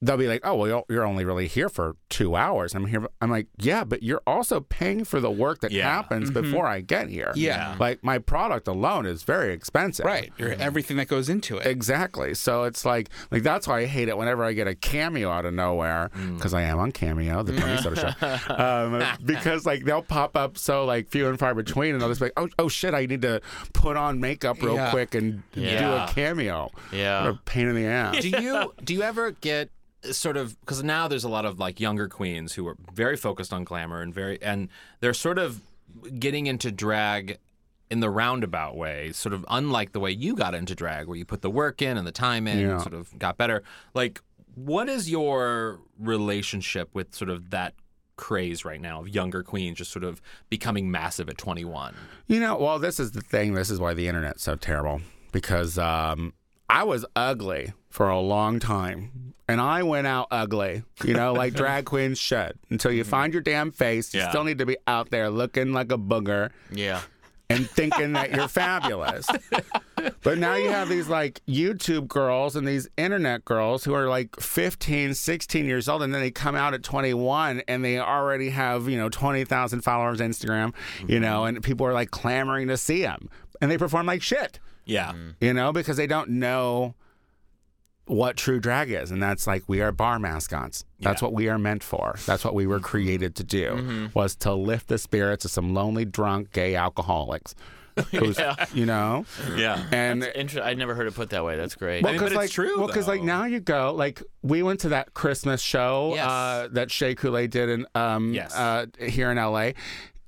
they'll be like, "Oh, well, you're- you're only really here for two hours." I'm here. I'm like, "Yeah, but you're also paying for the work that happens before I get here."
Mm-hmm. Yeah.
like my product alone is very expensive.
Right. Or everything that goes into it.
Exactly. So it's like like that's why I hate it whenever I get a cameo out of nowhere
Mm.
because I am on Cameo, the Tony Soto show, um, because like they'll pop up so like few and far between, and I'll just be like, oh, oh shit, I need to put on makeup real
Yeah.
quick and
Yeah.
do a cameo.
Yeah.
what a pain in the ass.
do you do you ever get uh, sort of because now there's a lot of like younger queens who are very focused on glamour and very and they're sort of getting into drag in the roundabout way sort of unlike the way you got into drag where you put the work in and the time in
Yeah.
and sort of got better like what is your relationship with sort of that craze right now of younger queens just sort of becoming massive at 21
You know, well, this is the thing. This is why the internet's so terrible because um, I was ugly for a long time. And I went out ugly, you know, like drag queens should. Until you find your damn face, you
Yeah.
still need to be out there looking like a booger
Yeah.
and thinking that you're fabulous. But now you have these like YouTube girls and these internet girls who are like 15, 16 years old, and then they come out at 21 and they already have, you know, 20,000 followers on Instagram, you know, and people are like clamoring to see them. And they perform like shit,
yeah
you know, because they don't know what true drag is. And that's like, we are bar mascots. That's what we are meant for. That's what we
Mm-hmm.
were created to do, was to lift the spirits of some lonely, drunk, gay alcoholics. Who's, You know?
yeah
And
Inter- I'd never heard it put that way. That's great.
well,
mean,
'cause,
but
like,
it's true,
Well, because like
though.
now you go like we went to that Christmas show
Yes.
uh, that Shea Coulee did in um,
Yes.
uh, here in L.A.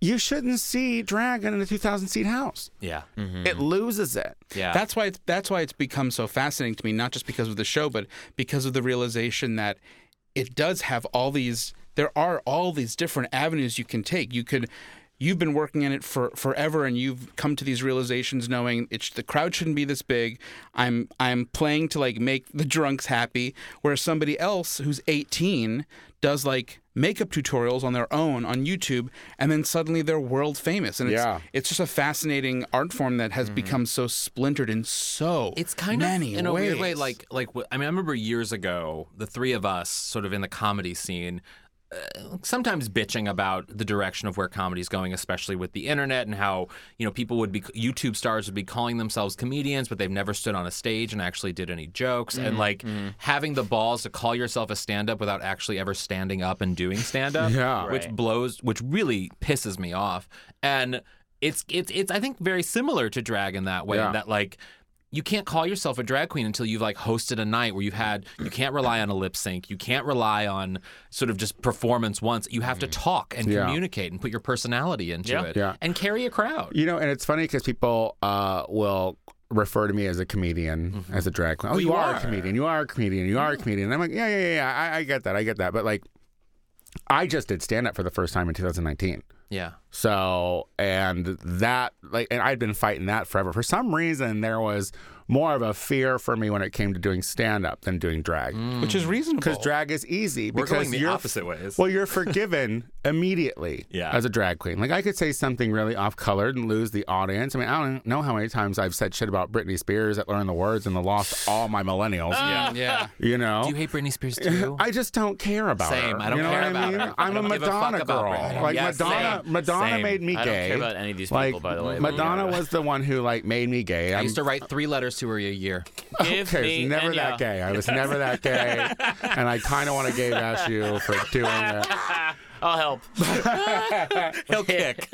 You shouldn't see Dragon in a two thousand seat house.
yeah
Mm-hmm.
It
Mm-hmm.
loses it.
yeah
That's why it's that's why it's become so fascinating to me, not just because of the show, but because of the realization that it does have all these there are all these different avenues you can take. You could you've been working in it for forever and you've come to these realizations knowing it's the crowd shouldn't be this big. I'm I'm playing to like make the drunks happy, whereas somebody else who's 18 does like makeup tutorials on their own on YouTube and then suddenly they're world famous and it's
Yeah.
it's just a fascinating art form that has become so splintered in so
it's kind
many
of in a
ways.
weird way like like wh- i mean i remember years ago the three of us sort of in the comedy scene uh, sometimes bitching about the direction of where comedy's going especially with the internet and how you know people would be youtube stars would be calling themselves comedians but they've never stood on a stage and actually did any jokes and like having the balls to call yourself a stand-up without actually ever standing up and doing stand-up
Yeah.
which blows which really pisses me off and it's it's it's i think very similar to drag in that way
Yeah.
that like you can't call yourself a drag queen until you've like hosted a night where you've had you can't rely on a lip sync you can't rely on sort of just performance once you have to talk and
Yeah.
communicate and put your personality into
Yeah.
it
Yeah.
and carry a crowd
You know, and it's funny because people uh, will refer to me as a comedian, as a drag queen. Oh, you, are, Mm-hmm. a comedian. You are a comedian. You are a comedian. And I'm like, yeah, yeah, yeah. yeah. I, I get that. I get that. But like, I just did stand up for the first time in 2019.
yeah
So, and that, like, and I'd been fighting that forever. For some reason, there was more of a fear for me when it came to doing stand up than doing drag.
which is reasonable
Because drag is easy.
We're
Because
going the
you're,
opposite ways.
Well, you're forgiven immediately
Yeah.
as a drag queen. Like, I could say something really off colored and lose the audience. I mean, I don't know how many times I've said shit about Britney Spears that learned the words and lost all my millennials. Yeah.
yeah
You know?
Um, do you hate britney spears too
I just don't care about
Same.
her.
I don't
you know
care
what I
about
mean?
her. I
I'm a
don't give a fuck
Madonna
about
girl.
Britney.
Like
Yeah,
Madonna.
same.
Madonna
Same.
made me gay.
I don't care about any of these
like,
people, by the way.
Madonna was the one who like made me gay.
i
I'm,
used to write three letters to her a year
Give
I was
me
never
Enya.
that gay. I was never that gay, and I kind of want to gay bash you for doing that.
I'll help.
he'll kick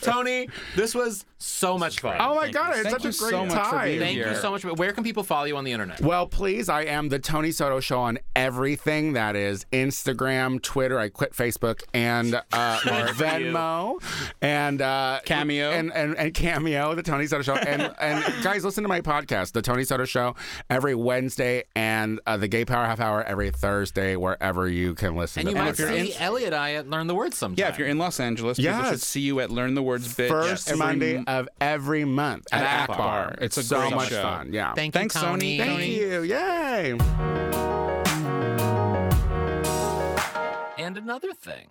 tony this was so much fun
Oh my
Thank
god,
you.
it's
Thank
such a
you so
great
much for
time.
being
thank you
here.
so much where can people follow you on the internet
Well, please, I am the Tony Soto Show on everything that is Instagram, Twitter. I quit Facebook and uh, Venmo and uh,
Cameo.
and, and and Cameo, the Tony Soto Show. And and guys, listen to my podcast, the Tony Soto Show, every Wednesday, and uh, the Gay Power Half Hour every Thursday, wherever you can listen.
and
to
you
podcasts.
might see Elliot I at learn the words sometime
yeah if you're in los angeles people should
Yes.
see you at learn the words bit
first
every
Monday of every month at,
At
Akbar.
Akbar.
It's,
It's a
so
great
much
show.
fun. Yeah.
Thank you,
Thanks, Sony.
Tony.
Thank you. Yay.
And another thing.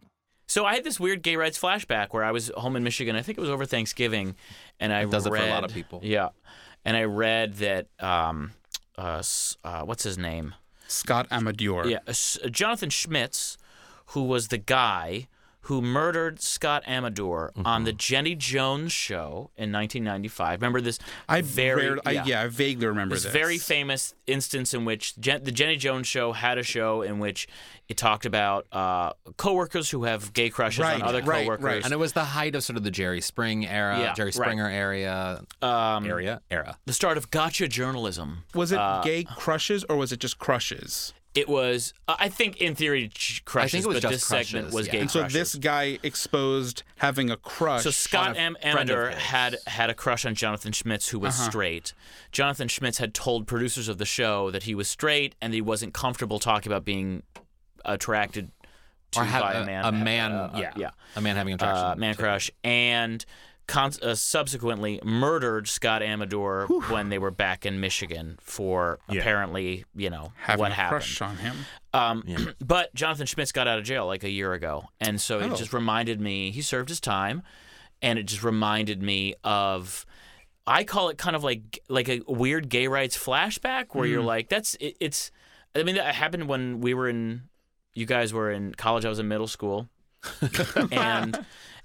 So I had this weird gay rights flashback where I was home in Michigan. I think it was over Thanksgiving, and I
does it for
read,
a lot of people.
Yeah, and I read that um, uh, s- uh, what's his name?
Scott Amador.
Yeah, uh, S- Jonathan Schmitz, who was the guy who murdered Scott Amador on the Jenny Jones show in 1995. Remember this?
I
very
very, I, yeah, I vaguely remember
This
this.
very famous instance in which Jen, the Jenny Jones show had a show in which it talked about uh, coworkers who have gay crushes
Right,
on other
right,
coworkers.
right.
And it was the height of sort of the Jerry Spring era,
Yeah,
Jerry
right.
Springer area, um, area, era.
The start of gotcha journalism.
Was it
uh,
gay crushes or was it just crushes?
It was, uh, I think, in theory, ch- crushes,
think it was
but
just
this segment
crushes,
was
yeah.
gay
And so
crushes.
this guy exposed having a crush.
So Scott
on a-
M. Amador had had a crush on Jonathan Schmitz, who was straight. Jonathan Schmitz had told producers of the show that he was straight and that he wasn't comfortable talking about being attracted to
Or have
by a,
a-
man. Uh,
a man, yeah.
yeah,
A man having attraction.
uh, man crush, and con- uh, subsequently murdered Scott Amador when they were back in Michigan for apparently, you know,
having
what
a
happened.
crush on him.
Um, But Jonathan Schmitz got out of jail like a year ago, and so
Oh.
it just reminded me he served his time, and it just reminded me of. I call it kind of like like a weird gay rights flashback where
Hmm.
you're like that's it, it's I mean that happened when we were in you guys were in college I was in middle school and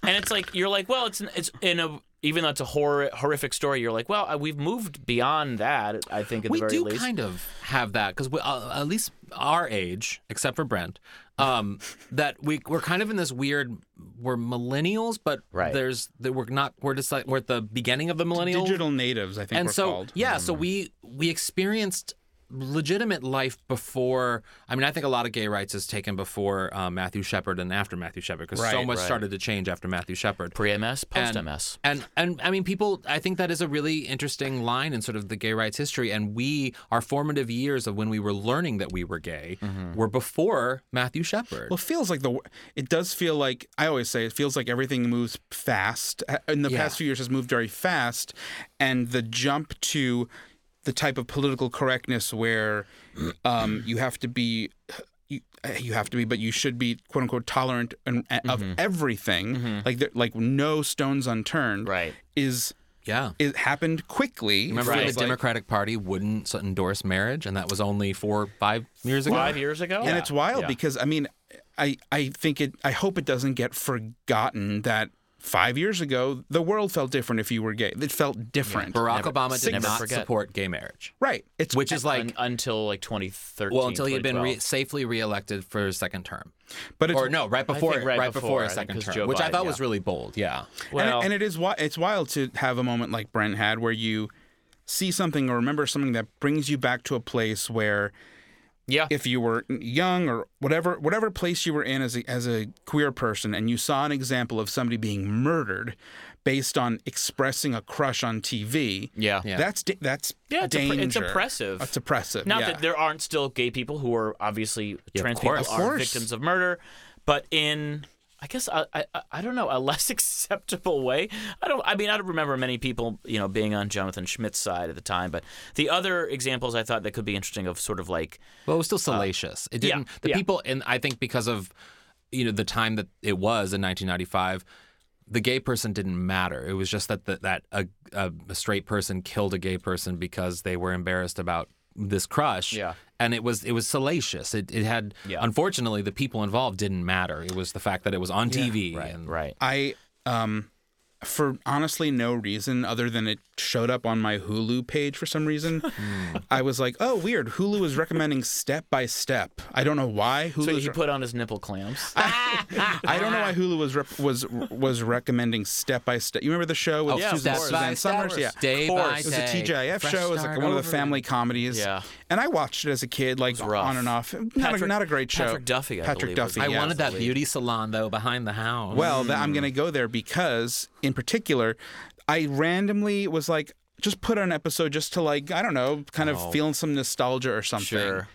and it's like you're like well it's it's in a even though it's a horror, horrific story you're like well I- we've moved beyond that I think at
we
the very
do
least
kind of have that because uh, at least our age, except for Brent, um, that we we're kind of in this weird. We're millennials, but
Right.
there's that we're not. We're just like we're at the beginning of the millennial.
Digital natives, I think
Oh. and
we're
so
called.
yeah, so we we experienced legitimate life before. I mean, I think a lot of gay rights is taken before uh, Matthew Shepard and after Matthew Shepard because so
Right,
much started to change after Matthew Shepard.
pre-MS post-MS
And and I mean, people. I think that is a really interesting line in sort of the gay rights history. And we, our formative years of when we were learning that we were gay,
Mm-hmm.
were before Matthew Shepard.
Well, it feels like the. It does feel like I always say it feels like everything moves fast. uh, In the past few years, has moved very fast, and the jump to the type of political correctness where um, you have to be. You, uh, you have to be, but you should be "quote unquote" tolerant and, uh, of
Mm-hmm.
everything, like there, like no stones unturned.
Right.
is
yeah.
it happened quickly. It
Remember when
feels
the
like-
Democratic Party wouldn't s- endorse marriage, and that was only four, five years ago.
five years ago
and it's wild because I mean, I I think it. I hope it doesn't get forgotten that five years ago the world felt different if you were gay. It felt different,
Barack Obama did
never
not
forget.
support gay marriage,
right? It's
which is like
Un- until like 2013.
well until he had been re-
2012.
safely reelected for his second term,
but it's
or no, right before,
think right
before,
before, I
his
think,
second
'cause
term,
Joe
which I
Biden,
thought
yeah.
was really bold. Yeah.
and, it-
well,
and it is wi- it's wild to have a moment like Brent had where you see something or remember something that brings you back to a place where
yeah,
if you were young or whatever whatever place you were in as a, as a queer person and you saw an example of somebody being murdered based on expressing a crush on TV
yeah, yeah.
That's da- that's
Yeah, it's oppre-
danger.
it's oppressive.
It's oppressive.
Not
yeah.
that there aren't still gay people who are obviously trans people
course.
Of
are
course.
victims of murder, but in I guess I, I I don't know a less acceptable way. I don't. I mean, I don't remember many people you know being on Jonathan Schmidt's side at the time. But the other examples I thought that could be interesting of sort of like
Well, it was
Uh,
still salacious. It
Uh, yeah,
didn't. the
yeah.
people, and I think because of you know the time that it was in 1995, the gay person didn't matter. It was just that that, that a, a, a straight person killed a gay person because they were embarrassed about this crush.
Yeah.
And it was it was salacious. It, it had unfortunately the people involved didn't matter. It was the fact that it was on TV. and,
right.
I um for honestly no reason other than it showed up on my Hulu page for some reason. I was like, "Oh, weird. Hulu is recommending step by step." I don't know why Hulu
So
is
he put on his nipple clamps.
I don't know why Hulu was rep- was was recommending step by step. You remember the show with
Oh,
Yeah, of
Susan,
step
course.
by
Suzanne
step,
Summers? Yeah.
day
Of
by
course.
day.
It
It was a TGIF
fresh
show. It was like
start
one of the
over
family comedies.
Yeah.
And I watched it as a kid, like
rough.
on and off. Not, a,
Patrick-
not a great show.
Patrick Duffy, I
Patrick
believe, was
Duffy.
the-
I
yeah.
wanted that beauty salon though behind the house.
Well, th-
Hmm.
I'm going to go there because, in particular, I randomly was like, just put on an episode just to like, I don't know, kind of feeling some nostalgia or something.
Oh. Sure.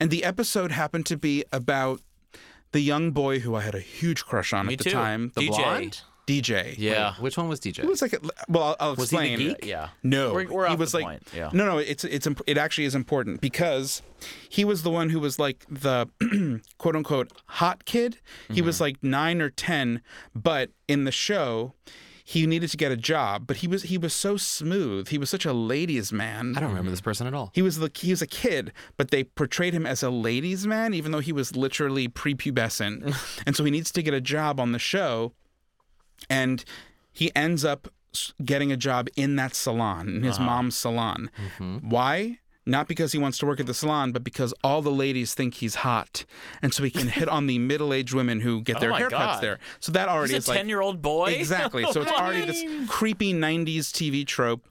And the episode happened to be about the young boy who I had a huge crush on
Me
at the
too.
time, the
DJ.
blonde DJ.
Yeah.
which one was DJ?
It was like, a, well, I'll, I'll
Was he the
explain.
geek? Yeah.
No,
We're- we're
he
off
was
the
like,
point, yeah.
no, no, it's it's imp- it actually is important because he was the one who was like the quote
Mm-hmm.
unquote hot kid. He was like nine or ten, but in the show, he needed to get a job, but he was he was so smooth. He was such a ladies' man.
I don't remember this person at all.
He was the he was a kid, but they portrayed him as a ladies' man, even though he was literally prepubescent, and so he needs to get a job on the show, and he ends up s- getting a job in that salon, in his mom's salon.
Mm-hmm.
Why? Not because he wants to work at the salon, but because all the ladies think he's hot, and so he can hit on the middle-aged women who get their
Oh my
haircuts
God.
there. So that already
He's
is
a
like
ten-year-old boy.
Exactly. So it's already this creepy 90s TV trope.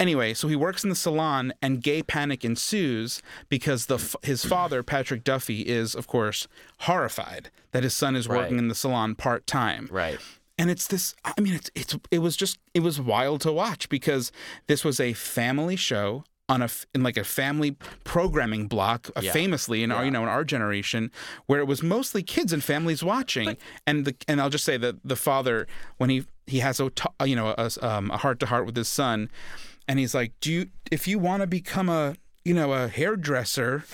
Anyway, so he works in the salon and gay panic ensues because the f- his father, Patrick Duffy, is, of course, horrified that his son is working in the salon part time.
Right.
And it's this I mean it's it's it was just it was wild to watch because this was a family show on a f- in like a family programming block uh, famously in our you know in our generation where it was mostly kids and families watching and the and I'll just say that the father when he he has a t- uh, you know a heart to heart with his son and he's like do you if you want to become a you know a hairdresser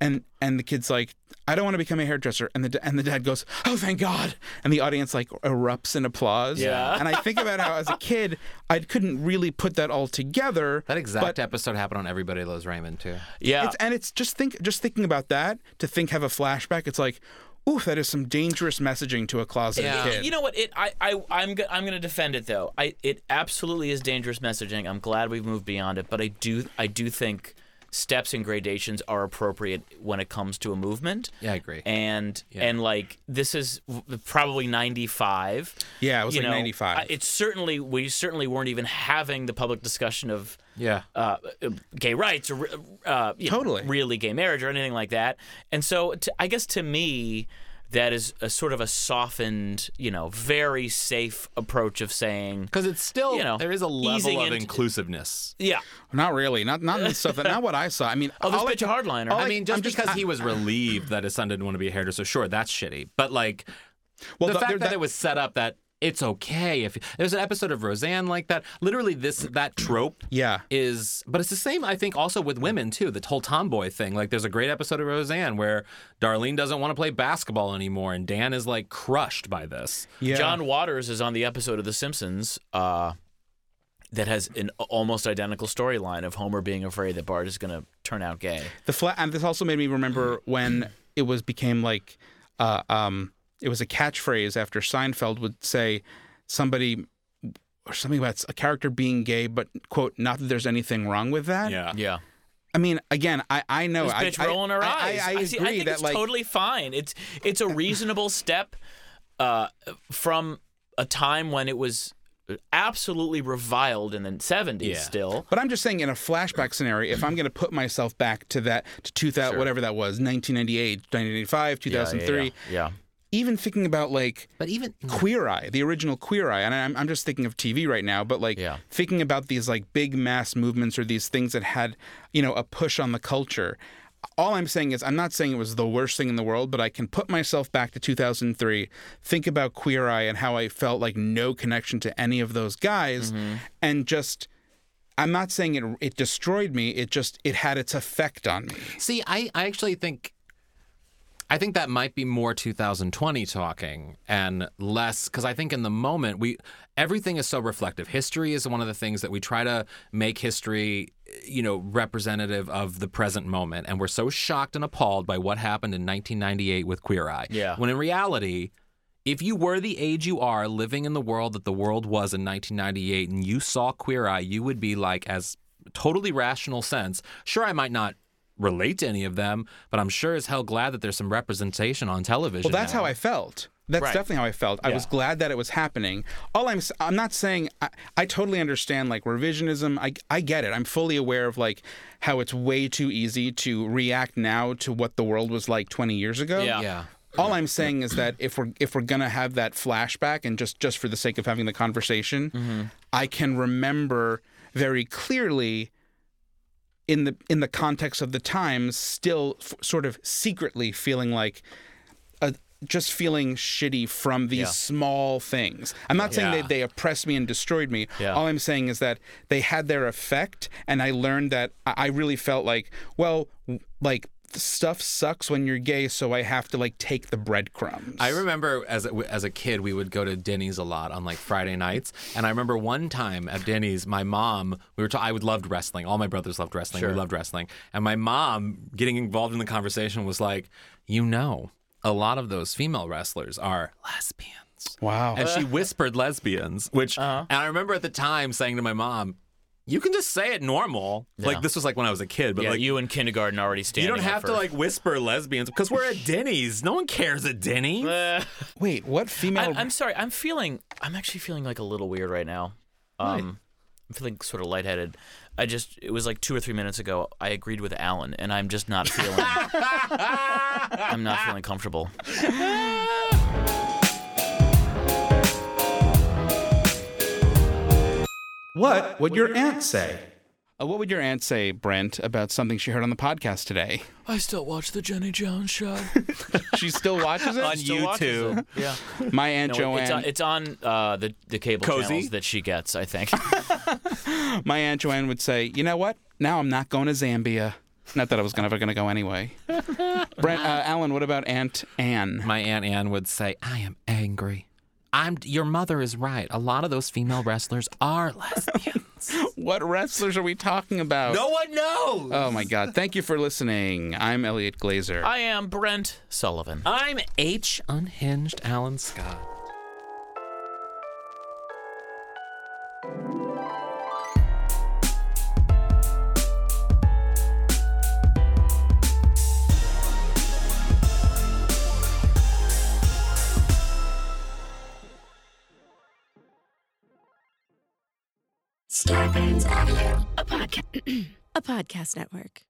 and and the kid's like i don't want to become a hairdresser and the da- and the dad goes oh thank god and the audience like erupts in applause
Yeah.
and i think about how as a kid i couldn't really put that all together
That
but
exact episode happened on Everybody Loves Raymond too.
Yeah.
it's, and it's just think just thinking about that to think have a flashback it's like oof that is some dangerous messaging to a closet kid
You know what? It I I I'm go- I'm gonna defend it though. I it absolutely is dangerous messaging. I'm glad we've moved beyond it, but I do I do think steps and gradations are appropriate when it comes to a movement.
Yeah, I agree.
And and like this is w- probably 95.
Yeah, it was
you
like
know,
95.
I- It's certainly we certainly weren't even having the public discussion of
Yeah.
uh, uh, gay rights or uh, you know,
Totally.
really gay marriage or anything like that. And so to, I guess to me, that is a sort of a softened, you know, very safe approach of saying,
Because it's still
You know,
there is a
easing
level of
into-
inclusiveness.
yeah,
not really not not the stuff that not what i saw i mean
oh, this
all I
bitch a
can-
hardliner.
I mean, just
I'm just-
because he was relieved that his son didn't want to be a hairdresser, sure, that's shitty. But like
well,
the
th-
fact
there-
that, it was set up that it's okay if there's an episode of Roseanne like that. Literally, this that trope.
Yeah.
Is but it's the same I think also with women too. The whole tomboy thing. Like there's a great episode of Roseanne where Darlene doesn't want to play basketball anymore, and Dan is like crushed by this.
yeah.
John Waters is on the episode of The Simpsons. Uh, that has an almost identical storyline of Homer being afraid that Bart is going to turn out gay.
The flat, and this also made me remember when it was became like, uh, um, it was a catchphrase after Seinfeld would say somebody or something about a character being gay, but quote, not that there's anything wrong with that.
Yeah.
I mean, again, I I know
this
I,
bitch
I,
rolling her
I,
eyes.
I, I agree
see- think
that
it's
like
totally fine. It's it's a reasonable step uh, from a time when it was absolutely reviled in the 70s still.
But I'm just saying, in a flashback scenario, if I'm going to put myself back to that, to 2000, whatever that was, 1998, 1985, 2003,
Yeah.
even thinking about like
But even
Queer Eye, the original Queer Eye, and I'm, I'm just thinking of TV right now, but like
Yeah.
thinking about these like big mass movements or these things that had, you know, a push on the culture. All I'm saying is, I'm not saying it was the worst thing in the world, but I can put myself back to 2003, think about Queer Eye and how I felt like no connection to any of those guys,
Mm-hmm.
and just. I'm not saying it it destroyed me. It just it had its effect on me.
See, I, I actually think I think that might be more 2020 talking and less because I think in the moment we everything is so reflective. History is one of the things that we try to make history, you know, representative of the present moment, and we're so shocked and appalled by what happened in 1998 with Queer Eye.
Yeah.
When in reality. If you were the age you are living in the world that the world was in 1998 and you saw Queer Eye, you would be like, as totally rational sense, sure, I might not relate to any of them, but I'm sure as hell glad that there's some representation on television.
Well, that's how I felt. That's definitely how I felt. I was glad that it was happening. All I'm s- I'm not saying I, I totally understand like revisionism. I I get it. I'm fully aware of like how it's way too easy to react now to what the world was like 20 years ago.
Yeah.
Yeah.
All I'm saying is that if we're if we're gonna have that flashback and just just for the sake of having the conversation, I can remember very clearly in the in the context of the times, still f- sort of secretly feeling like a, just feeling shitty from these small things. I'm not saying that they oppressed me and destroyed me. All I'm saying is that they had their effect, and I learned that I I really felt like, well, w- like stuff sucks when you're gay, so I have to like take the breadcrumbs.
I remember as a, as a kid, we would go to Denny's a lot on like Friday nights, and I remember one time at Denny's, my mom we were ta- I would loved wrestling. All my brothers loved wrestling. We loved wrestling, and my mom getting involved in the conversation was like, you know, a lot of those female wrestlers are lesbians,
wow.
and she whispered lesbians, which and I remember at the time saying to my mom. You can just say it normal. Like this was like when I was a kid, but
Yeah,
like
you in kindergarten already
you
standing.
don't
up
have to
for-
like whisper lesbians because we're at Denny's. No one cares at Denny's.
Uh,
Wait, what
I,
female?
I'm sorry. I'm feeling. I'm actually feeling like a little weird right now. Um, I'm feeling sort of lightheaded. I just. It was like two or three minutes ago. I agreed with Alan, and I'm just not feeling. I'm not feeling comfortable.
what would your aunt say? Uh, what would your aunt say, Brent, about something she heard on the podcast today?
I still watch the Jenny Jones show.
She still watches it.
YouTube. Yeah.
My aunt
No,
Joanne.
it's on, it's on uh, the the cable
Cozy?
channels that she gets. I think.
my aunt Joanne would say, "You know what? Now I'm not going to Zambia. Not that I was gonna- ever going to go anyway." Brent, uh, Alan, what about Aunt Anne?
my aunt Anne would say, "I am angry. I'm your mother is right. A lot of those female wrestlers are lesbians.
What wrestlers are we talking about?
no one knows."
Oh my God! Thank you for listening. I'm Elliot Glazer.
I am Brent Sullivan.
I'm H unhinged Alan Scott.
Star Bands Audio, a podcast, a podcast network.